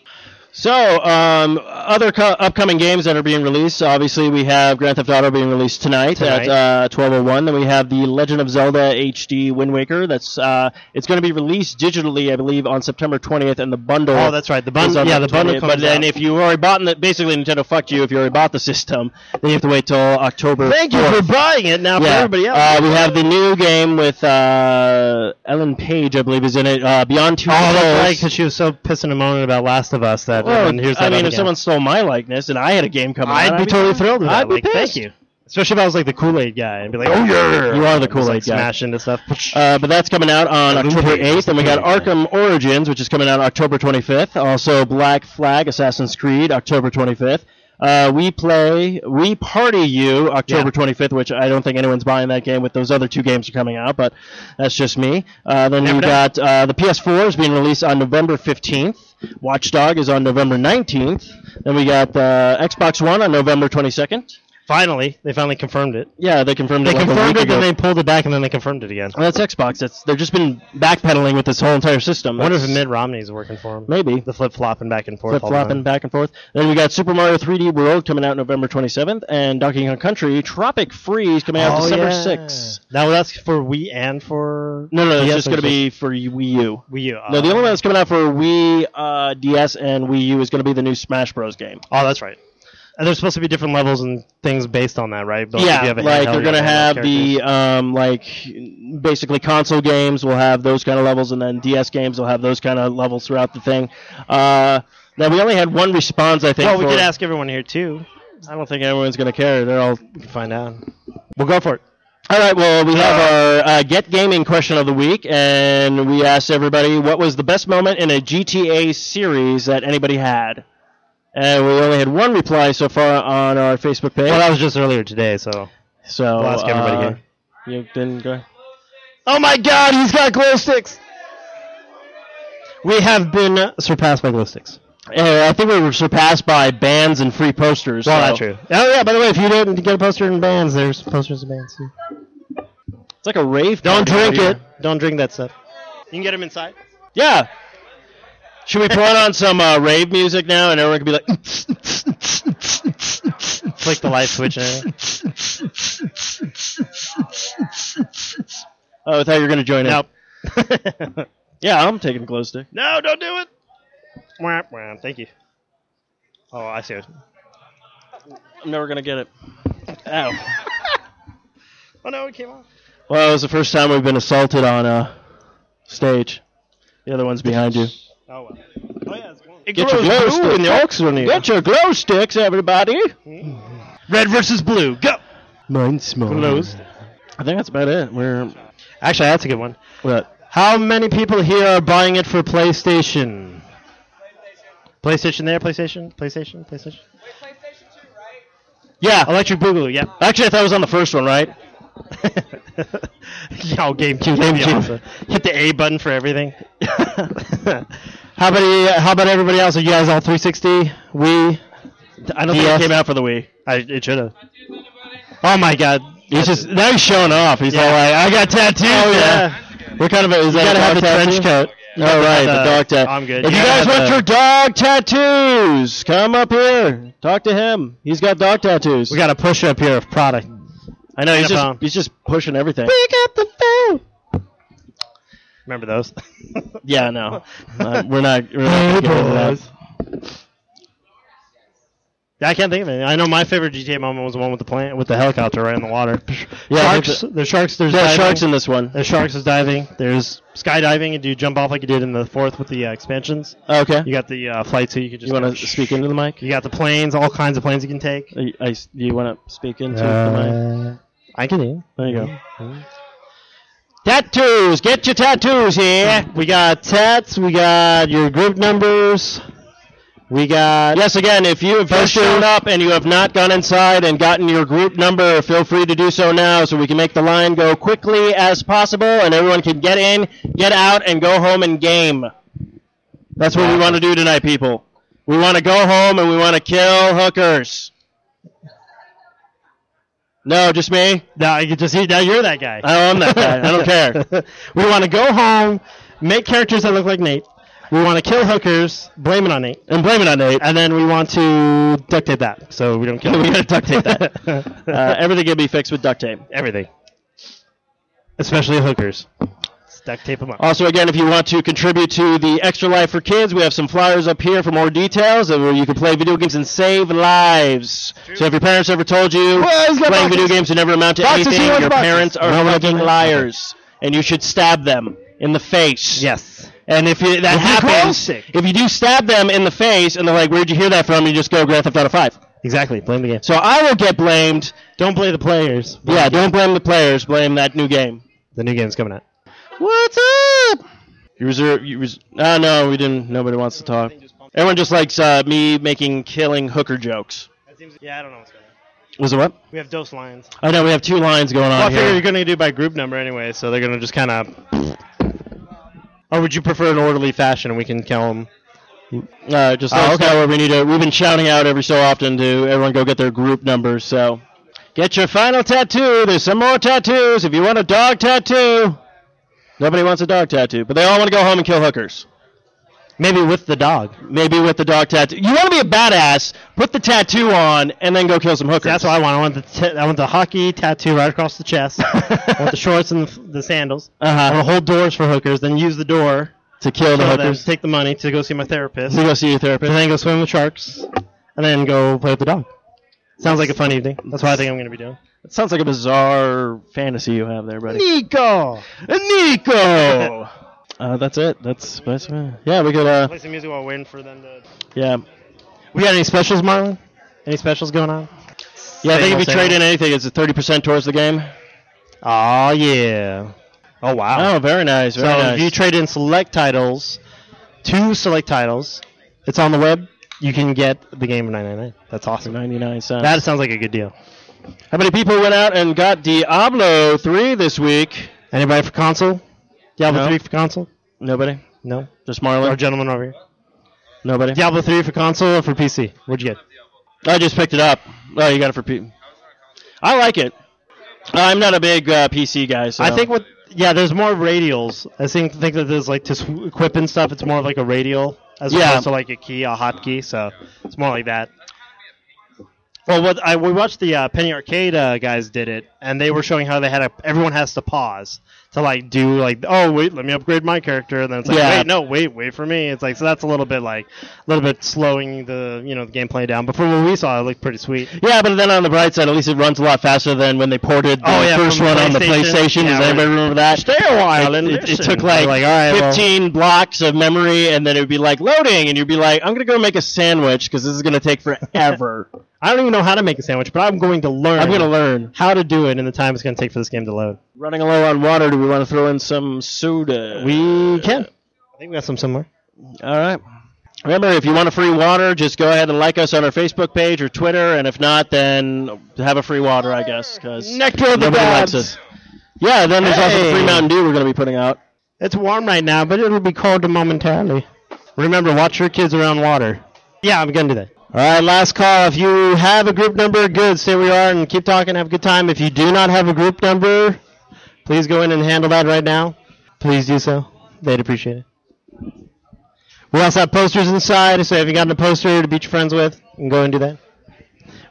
[SPEAKER 2] So, um, other co- upcoming games that are being released. Obviously, we have Grand Theft Auto being released tonight,
[SPEAKER 3] Tonight.
[SPEAKER 2] at uh, twelve oh one. Then we have the Legend of Zelda HD Wind Waker. That's uh, it's going to be released digitally, I believe, on September twentieth, and the bundle.
[SPEAKER 3] Oh, that's right. The
[SPEAKER 2] is
[SPEAKER 3] bundle.
[SPEAKER 2] on
[SPEAKER 3] Yeah, the bundle
[SPEAKER 2] 20th,
[SPEAKER 3] comes
[SPEAKER 2] But then,
[SPEAKER 3] out.
[SPEAKER 2] if you already bought, the, basically Nintendo fucked you. If you already bought the system, then you have to wait till October.
[SPEAKER 3] Thank you
[SPEAKER 2] 4th.
[SPEAKER 3] for buying it now for
[SPEAKER 2] Yeah.
[SPEAKER 3] everybody else.
[SPEAKER 2] Uh, we have the new game with uh, Ellen Page, I believe, is in it. Uh, Beyond Two
[SPEAKER 3] Oh, that's right,
[SPEAKER 2] Souls.
[SPEAKER 3] because she was so pissing and moaning about Last of Us that.
[SPEAKER 2] Well,
[SPEAKER 3] and here's
[SPEAKER 2] I
[SPEAKER 3] that
[SPEAKER 2] mean,
[SPEAKER 3] other
[SPEAKER 2] if
[SPEAKER 3] game.
[SPEAKER 2] someone stole my likeness and I had a game coming out,
[SPEAKER 3] I'd be totally thrilled with
[SPEAKER 2] I'd
[SPEAKER 3] that.
[SPEAKER 2] be
[SPEAKER 3] like, thank
[SPEAKER 2] pissed.
[SPEAKER 3] you. Especially if I was like the Kool Aid guy and be like, oh yeah,
[SPEAKER 2] You are the
[SPEAKER 3] Just, like,
[SPEAKER 2] Kool-Aid guy.
[SPEAKER 3] Smash into stuff.
[SPEAKER 2] Uh, but that's coming out on
[SPEAKER 3] Yeah,
[SPEAKER 2] October
[SPEAKER 3] Lumineers is
[SPEAKER 2] 8th. And we got
[SPEAKER 3] the big
[SPEAKER 2] Arkham Origins, which is coming out October 25th. Also, Black Flag, Assassin's Creed, October 25th. Uh, we play, we party you October 25th, which I don't think anyone's buying that game with those other two games are coming out, but that's just me. Uh, then we
[SPEAKER 3] Never
[SPEAKER 2] got uh, the PS4 is being released on November 15th. Watchdog is on November 19th. Then we got uh, Xbox One on November 22nd.
[SPEAKER 3] finally, they finally confirmed it.
[SPEAKER 2] Yeah, they confirmed
[SPEAKER 3] They
[SPEAKER 2] it. like a
[SPEAKER 3] confirmed
[SPEAKER 2] week
[SPEAKER 3] it, then
[SPEAKER 2] ago.
[SPEAKER 3] they pulled it back, and then they confirmed it again. I
[SPEAKER 2] Well, that's Xbox. That's they've just been backpedaling with this whole entire system.
[SPEAKER 3] wonder if
[SPEAKER 2] That's-
[SPEAKER 3] Mitt Romney's working for him.
[SPEAKER 2] maybe
[SPEAKER 3] The flip flopping back and forth.
[SPEAKER 2] flip
[SPEAKER 3] all the time.
[SPEAKER 2] flopping back and forth. Then we got Super Mario 3D World coming out November 27th, and Donkey Kong Country Tropic Freeze coming out
[SPEAKER 3] Oh,
[SPEAKER 2] December
[SPEAKER 3] yeah.
[SPEAKER 2] 6th.
[SPEAKER 3] Now that's for Wii and for
[SPEAKER 2] No, no, it's
[SPEAKER 3] DS
[SPEAKER 2] just going to
[SPEAKER 3] or
[SPEAKER 2] be for Wii U.
[SPEAKER 3] Wii U.
[SPEAKER 2] No,
[SPEAKER 3] Oh.
[SPEAKER 2] the only one that's coming out for Wii, uh, DS, and Wii U is going to be the new Smash Bros. game.
[SPEAKER 3] Oh, that's right. And there's supposed to be different levels and things based on that, right? But, if you
[SPEAKER 2] yeah,
[SPEAKER 3] have a
[SPEAKER 2] like
[SPEAKER 3] handheld,
[SPEAKER 2] they're
[SPEAKER 3] you're
[SPEAKER 2] gonna
[SPEAKER 3] gonna
[SPEAKER 2] have
[SPEAKER 3] characters.
[SPEAKER 2] the um, like basically console games will have those kind of levels, and then DS games will have those kind of levels throughout the thing. Uh, now we only had one response, I think.
[SPEAKER 3] Well, we
[SPEAKER 2] for-
[SPEAKER 3] could ask everyone here too.
[SPEAKER 2] I don't think everyone's gonna care. They're all.
[SPEAKER 3] We can find out. We'll go for it.
[SPEAKER 2] All right. Well, we have our uh, get gaming question of the week, and we asked everybody what was the best moment in a GTA series that anybody had, and we only had one reply so far on our Facebook page.
[SPEAKER 3] Well, that was just earlier today, so
[SPEAKER 2] so
[SPEAKER 3] we'll ask everybody
[SPEAKER 2] uh,
[SPEAKER 3] here.
[SPEAKER 2] You didn't go.
[SPEAKER 3] Oh my God, he's got glow sticks. We have been surpassed by glow sticks.
[SPEAKER 2] Uh, I think we were surpassed by bands and free posters.
[SPEAKER 3] Well,
[SPEAKER 2] so-
[SPEAKER 3] that's true. Oh yeah. By the way, if you didn't get a poster in bands, there's posters in bands too.
[SPEAKER 2] It's like a rave.
[SPEAKER 3] Don't
[SPEAKER 2] party
[SPEAKER 3] drink
[SPEAKER 2] out
[SPEAKER 3] it.
[SPEAKER 2] here.
[SPEAKER 3] Don't drink that stuff. You can get them inside.
[SPEAKER 2] Yeah. Should we put on some uh, rave music now, and everyone can be like,
[SPEAKER 3] Click the light switch. and everything.
[SPEAKER 2] "Oh, I thought you were gonna join in."
[SPEAKER 3] Nope.
[SPEAKER 2] Yeah, I'm taking a glow stick.
[SPEAKER 3] no, don't do it. Wah, wah, Thank you. Oh, I see. It.
[SPEAKER 2] I'm never gonna get it. Ow.
[SPEAKER 3] Oh no, it came off.
[SPEAKER 2] well, it was the first time we've been assaulted on a uh, stage. The other one's behind you.
[SPEAKER 3] Oh, well. Oh, yeah, it's one. It
[SPEAKER 2] Get your glow
[SPEAKER 3] blue in the
[SPEAKER 2] stick.
[SPEAKER 3] Oaks one
[SPEAKER 2] Get your glow sticks, everybody.
[SPEAKER 3] Red versus blue. Go.
[SPEAKER 2] Mine small.
[SPEAKER 3] Closed.
[SPEAKER 2] I think that's about it. We're
[SPEAKER 3] Actually, that's a good one.
[SPEAKER 2] what?
[SPEAKER 3] How many people here are buying it for PlayStation? PlayStation there, PlayStation, PlayStation, PlayStation.
[SPEAKER 2] Yeah.
[SPEAKER 3] Electric Boogaloo, yeah.
[SPEAKER 2] Actually, I thought it was on the first one, right?
[SPEAKER 3] Yo, GameCube, GameCube.
[SPEAKER 2] GameCube.
[SPEAKER 3] Hit the A button for everything. how about how about everybody else? Are you guys all 360? We.
[SPEAKER 2] I don't think
[SPEAKER 3] DS.
[SPEAKER 2] it came out for the Wii.
[SPEAKER 3] I, it should have. Oh my God.
[SPEAKER 2] He's just now he's showing off. He's
[SPEAKER 3] Yeah.
[SPEAKER 2] all like, I got tattoos. man."
[SPEAKER 3] Oh yeah.
[SPEAKER 2] What kind of a, is that?
[SPEAKER 3] gotta
[SPEAKER 2] a
[SPEAKER 3] have
[SPEAKER 2] dog
[SPEAKER 3] the trench
[SPEAKER 2] tattoo?
[SPEAKER 3] coat.
[SPEAKER 2] All right,
[SPEAKER 3] have
[SPEAKER 2] the
[SPEAKER 3] the-
[SPEAKER 2] dog tattoo.
[SPEAKER 3] I'm good.
[SPEAKER 2] If
[SPEAKER 3] You
[SPEAKER 2] you
[SPEAKER 3] gotta
[SPEAKER 2] guys
[SPEAKER 3] have
[SPEAKER 2] want
[SPEAKER 3] the-
[SPEAKER 2] your dog tattoos, come up here. Talk to him. He's got dog tattoos.
[SPEAKER 3] We got a push up here of product.
[SPEAKER 2] I know he's
[SPEAKER 3] Pick up
[SPEAKER 2] just
[SPEAKER 3] on.
[SPEAKER 2] he's just pushing everything.
[SPEAKER 3] Remember those?
[SPEAKER 2] Yeah, no, uh, we're not. We're not gonna get into that.
[SPEAKER 3] Uh, Yeah, I can't think of it. I know my favorite GTA moment was the one with the plane with the helicopter right in the water.
[SPEAKER 2] Yeah,
[SPEAKER 3] sharks.
[SPEAKER 2] there's
[SPEAKER 3] There's sharks. There's
[SPEAKER 2] There's
[SPEAKER 3] diving.
[SPEAKER 2] sharks in this one.
[SPEAKER 3] There's sharks is diving. There's skydiving. and Do you jump off like you did in the fourth with the uh, expansions?
[SPEAKER 2] Okay.
[SPEAKER 3] You got the uh, flight, so you could just.
[SPEAKER 2] You want
[SPEAKER 3] go
[SPEAKER 2] to speak into the mic?
[SPEAKER 3] You got the planes, all kinds of planes you can take.
[SPEAKER 2] I, I, you want to speak into the mic?
[SPEAKER 3] Uh, I can. hear.
[SPEAKER 2] There you go. Tattoos. Get your tattoos here.
[SPEAKER 3] We got tats. We got your group numbers. We got.
[SPEAKER 2] Yes, again, if you have just shown up and you have not gone inside and gotten your group number, feel free to do so now so we can make the line go quickly as possible and everyone can get in, get out, and go home and game. That's what we want to do tonight, people. We want to go home and we want to kill hookers. No, just me?
[SPEAKER 3] Now you just see. Now you're that guy.
[SPEAKER 2] I own that guy. I don't care.
[SPEAKER 3] we want to go home, make characters that look like Nate. We want to kill hookers, blame it on Nate,
[SPEAKER 2] And blame it on Nate.
[SPEAKER 3] and then we want to duct tape that so we don't kill.
[SPEAKER 2] We
[SPEAKER 3] him.
[SPEAKER 2] gotta duct tape that. Uh, everything can be fixed with duct tape.
[SPEAKER 3] Everything, especially hookers. Oh, Let's duct tape them up.
[SPEAKER 2] Also, again, if you want to contribute to the Extra Life for Kids, we have some flyers up here for more details of where you can play video games and save lives. So if your parents ever told you
[SPEAKER 3] Where's the
[SPEAKER 2] playing
[SPEAKER 3] boxes?
[SPEAKER 2] video games will never amount to
[SPEAKER 3] Boxes,
[SPEAKER 2] anything,
[SPEAKER 3] here are
[SPEAKER 2] your
[SPEAKER 3] the boxes.
[SPEAKER 2] parents are
[SPEAKER 3] No, we're not
[SPEAKER 2] fucking
[SPEAKER 3] doing that.
[SPEAKER 2] liars, and you should stab them in the face.
[SPEAKER 3] Yes.
[SPEAKER 2] And if you, that
[SPEAKER 3] With your glow
[SPEAKER 2] happens,
[SPEAKER 3] stick.
[SPEAKER 2] if you do stab them in the face and they're like, "Where'd you hear that from?" you just go Grand Theft Auto Five.
[SPEAKER 3] Exactly. Blame the game.
[SPEAKER 2] So I will get blamed.
[SPEAKER 3] Don't blame the players. Blame
[SPEAKER 2] Yeah, don't blame the players. Blame that new game.
[SPEAKER 3] The new game's coming out.
[SPEAKER 2] What's up? You reserve. You res- oh, no, we didn't. Nobody wants to talk. Everyone just likes uh, me making killing hooker jokes.
[SPEAKER 3] Yeah, I don't know what's going on.
[SPEAKER 2] Was it what?
[SPEAKER 3] We have dose lines.
[SPEAKER 2] I know we have two lines going
[SPEAKER 3] Well, Oh, I
[SPEAKER 2] on
[SPEAKER 3] figure you're
[SPEAKER 2] here.
[SPEAKER 3] going to do by group number anyway, so they're going to just kind of. Or would you prefer an orderly fashion and we can kill them?
[SPEAKER 2] Uh, just let
[SPEAKER 3] Oh,
[SPEAKER 2] us know where we need to. We've been shouting out every so often to everyone go get their group numbers. So get your final tattoo. There's some more tattoos. If you want a dog tattoo, nobody wants a dog tattoo, but they all want to go home and kill hookers.
[SPEAKER 3] Maybe with the dog.
[SPEAKER 2] Maybe with the dog tattoo. You want to be a badass? Put the tattoo on and then go kill some hookers.
[SPEAKER 3] That's what I want. I want the t- I want the hockey tattoo right across the chest. I want the shorts and the, the sandals. I
[SPEAKER 2] Uh
[SPEAKER 3] want to hold doors for hookers, then use the door
[SPEAKER 2] To kill the
[SPEAKER 3] to them,
[SPEAKER 2] hookers.
[SPEAKER 3] take the money to go see my therapist,
[SPEAKER 2] To
[SPEAKER 3] and
[SPEAKER 2] go see your therapist.
[SPEAKER 3] then go swim with sharks, and then go play with the dog. Sounds like a fun evening. That's what I think I'm going to be doing.
[SPEAKER 2] It sounds like a bizarre fantasy you have there, buddy.
[SPEAKER 3] Nico,
[SPEAKER 2] Nico. uh, that's it. That's that's uh, yeah. We could uh
[SPEAKER 3] play some music while waiting for them to.
[SPEAKER 2] yeah
[SPEAKER 3] We got any specials, Marlon? Any specials going on?
[SPEAKER 2] yeah. I think if
[SPEAKER 3] old,
[SPEAKER 2] you
[SPEAKER 3] same
[SPEAKER 2] trade in
[SPEAKER 3] old.
[SPEAKER 2] anything, it's a thirty percent towards the game.
[SPEAKER 3] Oh yeah. Oh wow.
[SPEAKER 2] Oh, very nice. Very
[SPEAKER 3] So
[SPEAKER 2] nice.
[SPEAKER 3] if you trade in select titles, two select titles, it's on the web. You can get the game of 999. That's awesome.
[SPEAKER 2] Ninety nine cents.
[SPEAKER 3] That sounds like a good deal.
[SPEAKER 2] How many people went out and got Diablo three this week?
[SPEAKER 3] Anybody for console? Diablo
[SPEAKER 2] No.
[SPEAKER 3] 3 for console?
[SPEAKER 2] Nobody.
[SPEAKER 3] No.
[SPEAKER 2] Just
[SPEAKER 3] Our
[SPEAKER 2] Marlon.
[SPEAKER 3] gentleman over here.
[SPEAKER 2] Nobody.
[SPEAKER 3] Diablo 3 for console or for PC? What'd you get?
[SPEAKER 2] I just picked it up. Oh, you got it for P. I like it. I'm not a big uh, PC guy, so
[SPEAKER 3] I think what yeah, there's more radials. I think think that there's like to sw- equip and stuff. It's more of like a radial as
[SPEAKER 2] Yeah.
[SPEAKER 3] opposed to like a key, a hotkey. So it's more like that. Well, what I we watched the uh, Penny Arcade uh, guys did it, and they were showing how they had a everyone has to pause. to like do like oh wait let me upgrade my character and then it's like
[SPEAKER 2] Yeah.
[SPEAKER 3] wait no wait wait for me it's like so that's a little bit like a little bit slowing the you know the gameplay down but from what we saw it looked pretty sweet
[SPEAKER 2] Yeah, but then on the bright side, at least it runs a lot faster than when they ported the
[SPEAKER 3] Oh, yeah,
[SPEAKER 2] first
[SPEAKER 3] from the
[SPEAKER 2] one on the PlayStation.
[SPEAKER 3] PlayStation. Yeah,
[SPEAKER 2] Does anybody
[SPEAKER 3] right.
[SPEAKER 2] remember that?
[SPEAKER 3] Stay a while
[SPEAKER 2] It-
[SPEAKER 3] and
[SPEAKER 2] it, it
[SPEAKER 3] listen.
[SPEAKER 2] took like,
[SPEAKER 3] Like, all right, well-
[SPEAKER 2] 15 blocks of memory, and then it would be like loading, and you'd be like, I'm going to go make a sandwich because this is going to take forever.
[SPEAKER 3] i don't even know how to make a sandwich but i'm going to learn
[SPEAKER 2] I'm going to learn.
[SPEAKER 3] how to do it in the time it's going to take for this game to load
[SPEAKER 2] Running low on water, do we want to throw in some soda?
[SPEAKER 3] we can i think we got some somewhere
[SPEAKER 2] All right. Remember, if you want a free water, just go ahead and like us on our Facebook page or Twitter, and if not, then have a free water, I guess, because
[SPEAKER 3] Nectar of the
[SPEAKER 2] nobody likes us. Yeah, then there's also the free
[SPEAKER 3] Hey.
[SPEAKER 2] Mountain Dew we're going to be putting out.
[SPEAKER 3] It's warm right now, but it'll be cold momentarily. Remember, watch your kids around water. Yeah, I'm gonna do that. All right, last call. If you have a group number, good. Stay where you are and keep talking. Have a good time. If you do not have a group number, please go in and handle that right now. Please do so. They'd appreciate it. We also have posters inside, so if you got a poster to beat your friends with, you can go and do that.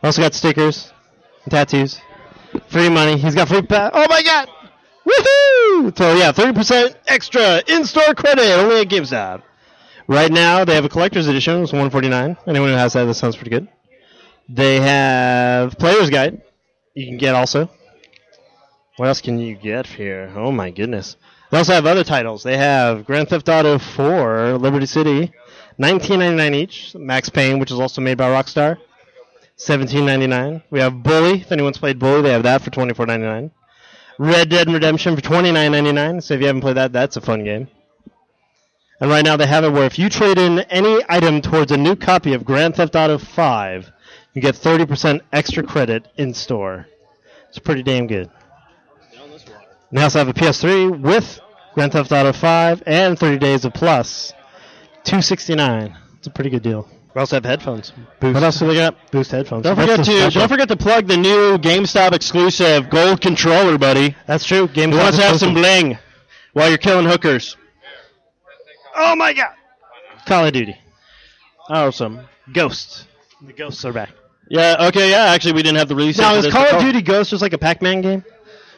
[SPEAKER 3] We also got stickers, and tattoos, free money. He's got free pa- Oh my god! Woohoo! So yeah, thirty percent extra in-store credit only at GameStop. Right now they have a collector's edition, it's one forty-nine. Anyone who has that, that sounds pretty good. They have player's guide. You can get also. What else can you get here? Oh my goodness! They also have other titles. They have Grand Theft Auto 4, Liberty City, nineteen ninety-nine each. Max Payne, which is also made by Rockstar, seventeen ninety-nine. We have Bully. If anyone's played Bully, they have that for twenty-four ninety-nine. Red Dead Redemption for twenty nine ninety nine. So if you haven't played that, that's a fun game. And right now they have it where if you trade in any item towards a new copy of Grand Theft Auto Five, you get thirty percent extra credit in store. It's pretty damn good. They also have a PS3 with Grand Theft Auto Five and thirty days of plus, two sixty nine. It's a pretty good deal. We also have headphones. Boost. What else do they got? Boost headphones.
[SPEAKER 2] Don't forget to don't forget to plug the new GameStop exclusive gold controller, buddy.
[SPEAKER 3] That's true. Game
[SPEAKER 2] Who wants to have some bling while you're killing hookers?
[SPEAKER 3] Oh my god! Call of Duty.
[SPEAKER 2] Awesome.
[SPEAKER 3] Ghosts. The ghosts are back.
[SPEAKER 2] Yeah. Okay. Yeah. Actually, we didn't have the release. date
[SPEAKER 3] Now
[SPEAKER 2] for
[SPEAKER 3] Oh, is
[SPEAKER 2] this,
[SPEAKER 3] Call
[SPEAKER 2] but
[SPEAKER 3] of Duty Ghosts just like a Pac-Man game?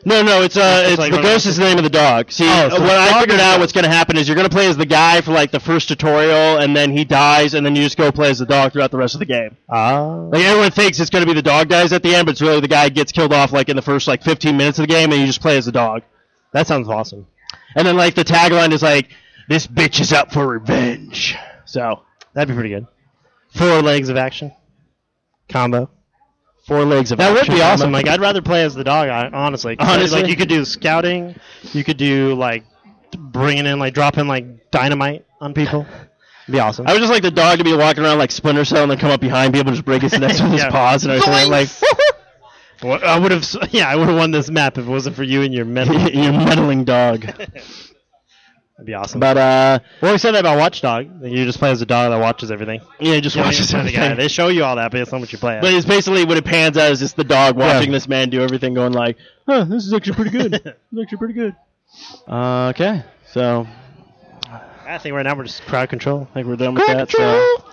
[SPEAKER 2] No, no. It's uh,
[SPEAKER 3] It's
[SPEAKER 2] it's
[SPEAKER 3] like
[SPEAKER 2] the
[SPEAKER 3] one of
[SPEAKER 2] ghost is the name of the dog. See,
[SPEAKER 3] Oh, so
[SPEAKER 2] when
[SPEAKER 3] the
[SPEAKER 2] I
[SPEAKER 3] dog
[SPEAKER 2] figured
[SPEAKER 3] is
[SPEAKER 2] out
[SPEAKER 3] the-
[SPEAKER 2] what's gonna happen is you're gonna play as the guy for like the first tutorial, and then he dies, and then you just go play as the dog throughout the rest of the game.
[SPEAKER 3] Ah.
[SPEAKER 2] Like everyone thinks it's gonna be the dog dies at the end, but it's really the guy gets killed off like in the first like 15 minutes of the game, and you just play as the dog.
[SPEAKER 3] that sounds awesome.
[SPEAKER 2] And then like the tagline is like, "This bitch is up for revenge." So
[SPEAKER 3] That'd be pretty good. Four legs of action combo.
[SPEAKER 2] four legs of
[SPEAKER 3] That would
[SPEAKER 2] action
[SPEAKER 3] be awesome.
[SPEAKER 2] combo.
[SPEAKER 3] Like I'd rather play as the dog. hon- Honestly, 'Cause,
[SPEAKER 2] Honestly?
[SPEAKER 3] like you could do scouting. You could do like bringing in like dropping like dynamite on people. It'd be awesome.
[SPEAKER 2] I would just like the dog to be walking around like Splinter Cell and then come up behind people and just break his neck with his
[SPEAKER 3] Yeah.
[SPEAKER 2] paws and everything. Like,
[SPEAKER 3] Well, I would have. Yeah, I would have won this map if it wasn't for you and your metal. That'd
[SPEAKER 2] you meddling dog.
[SPEAKER 3] be awesome.
[SPEAKER 2] But uh,
[SPEAKER 3] Well, we said that about Watchdog. You just play as a dog that watches everything.
[SPEAKER 2] yeah, just
[SPEAKER 3] You know,
[SPEAKER 2] watch
[SPEAKER 3] you
[SPEAKER 2] this
[SPEAKER 3] play the guy. They show you all that, but it's not what you play. as.
[SPEAKER 2] But it's basically what it pans out is just the dog watching
[SPEAKER 3] Yeah.
[SPEAKER 2] this man do everything, going like, "Huh, this is actually pretty good. this is actually pretty good." Uh, okay, so
[SPEAKER 3] I think right now we're just crowd control.
[SPEAKER 2] I think we're done with that. uh, So.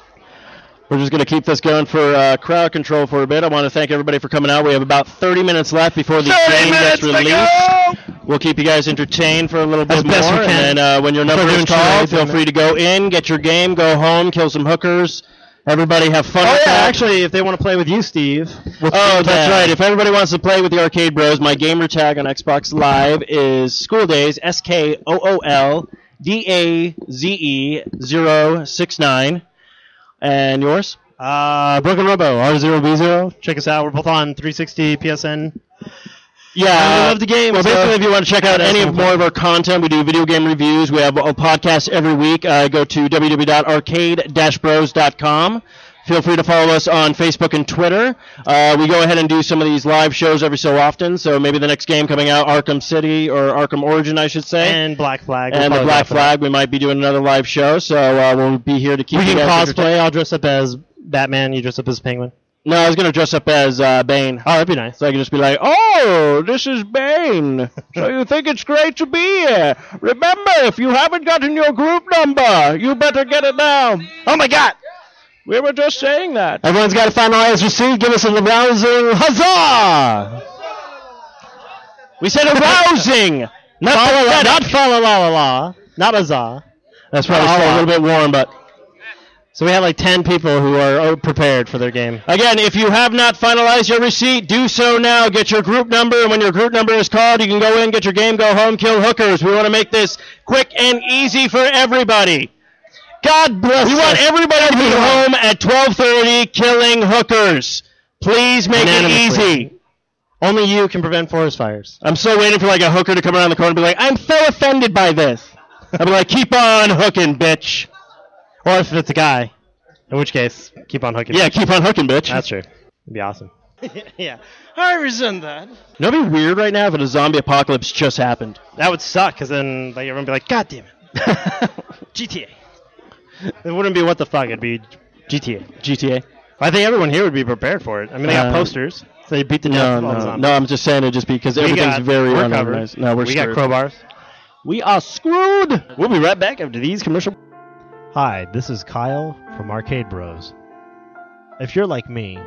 [SPEAKER 2] We're just going to keep this going for uh, crowd control for a bit. I want to thank everybody for coming out. We have about 30 minutes left before the game gets released. We'll keep you guys entertained for a little bit
[SPEAKER 3] As best we
[SPEAKER 2] more.
[SPEAKER 3] can.
[SPEAKER 2] And then uh, when your number
[SPEAKER 3] doing
[SPEAKER 2] is called,
[SPEAKER 3] charades,
[SPEAKER 2] feel
[SPEAKER 3] isn't
[SPEAKER 2] free to go in, get your game, go home, kill some hookers. Everybody have fun.
[SPEAKER 3] Oh
[SPEAKER 2] with
[SPEAKER 3] yeah,
[SPEAKER 2] that.
[SPEAKER 3] actually, if they want to play with you, Steve.
[SPEAKER 2] Oh, that's right. If everybody wants to play with the Arcade Bros, my gamer tag on Xbox Live is School Days S K O O L D A Z E 069. And yours?
[SPEAKER 3] Uh, Broken Robo R0B0. Check us out. We're both on 360 PSN.
[SPEAKER 2] Yeah,
[SPEAKER 3] I love the
[SPEAKER 2] game. Well,
[SPEAKER 3] so-
[SPEAKER 2] basically, if you want to check out any of more of our content, we do video game reviews. We have a podcast every week. Uh, go to www.arcade-bros.com. Feel free to follow us on Facebook and Twitter. Uh, we go ahead and do some of these live shows every so often. So maybe the next game coming out, Arkham City or Arkham Origin, I should say.
[SPEAKER 3] And Black Flag.
[SPEAKER 2] and
[SPEAKER 3] We'll
[SPEAKER 2] the
[SPEAKER 3] probably
[SPEAKER 2] Black
[SPEAKER 3] go for that.
[SPEAKER 2] Flag. We might be doing another live show, so uh, we'll be here to keep
[SPEAKER 3] We
[SPEAKER 2] you
[SPEAKER 3] can
[SPEAKER 2] guys entertained.
[SPEAKER 3] cosplay. I'll dress up as Batman. You dress up as Penguin.
[SPEAKER 2] No, I was gonna dress up as uh, Bane.
[SPEAKER 3] Oh, that'd be nice.
[SPEAKER 2] So I can just be like, "Oh, this is Bane. So you think it's great to be here? Remember, if you haven't gotten your group number, you better get it now." Oh my God! We were just saying that.
[SPEAKER 3] Everyone's got a finalized receipt. Give us a rousing huzzah!
[SPEAKER 2] We said arousing. Not
[SPEAKER 3] Fa La La,
[SPEAKER 2] pathetic.
[SPEAKER 3] not fa la la la la, not uh, Azah.
[SPEAKER 2] That's probably
[SPEAKER 3] Not
[SPEAKER 2] still a
[SPEAKER 3] all.
[SPEAKER 2] little bit warm, but
[SPEAKER 3] So we had like ten people who are oh, prepared for their game.
[SPEAKER 2] Again, if you have not finalized your receipt, do so now. Get your group number, and when your group number is called, you can go in, get your game, go home, kill hookers. We want to make this quick and easy for everybody. God bless. We want everybody to be home at 12:30, killing hookers. Please make it
[SPEAKER 3] Unanimously.
[SPEAKER 2] easy.
[SPEAKER 3] Only you can prevent forest fires.
[SPEAKER 2] I'm still waiting for like a hooker to come around the corner and be like, "I'm so offended by this." I'll be like, "Keep on hooking, bitch."
[SPEAKER 3] Or if it's a guy, in which case, keep on hooking.
[SPEAKER 2] Yeah, keep on hooking, bitch.
[SPEAKER 3] that's true. It'd be awesome. yeah,
[SPEAKER 4] I resent that.
[SPEAKER 2] That'd be weird right now if a zombie apocalypse just happened.
[SPEAKER 3] that would suck because then like everyone would be like, God damn it, GTA. It wouldn't be what the fuck. It'd be GTA.
[SPEAKER 2] GTA.
[SPEAKER 3] I think everyone here would be prepared for it. I mean, they got
[SPEAKER 2] Uh,
[SPEAKER 3] posters, so they beat the
[SPEAKER 2] No,
[SPEAKER 3] death of all the
[SPEAKER 2] no,
[SPEAKER 3] zombies.
[SPEAKER 2] no. I'm just saying it just because
[SPEAKER 3] We
[SPEAKER 2] everything's
[SPEAKER 3] got-
[SPEAKER 2] very
[SPEAKER 3] we're
[SPEAKER 2] unorganized.
[SPEAKER 3] covered.
[SPEAKER 2] No, we're
[SPEAKER 3] we
[SPEAKER 2] screwed.
[SPEAKER 3] got crowbars.
[SPEAKER 2] we are screwed. We'll be right back after these commercial.
[SPEAKER 3] Hi, this is Kyle from Arcade Bros. If you're like me,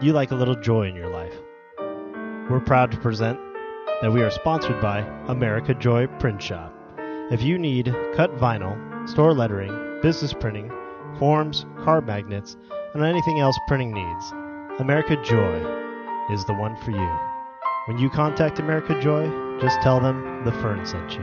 [SPEAKER 3] you like a little joy in your life. We're proud to present that we are sponsored by America Joy Print Shop. If you need cut vinyl, store lettering, business printing, forms, card magnets, and anything else printing needs, America Joy is the one for you. When you contact America Joy, just tell them the fern sent you.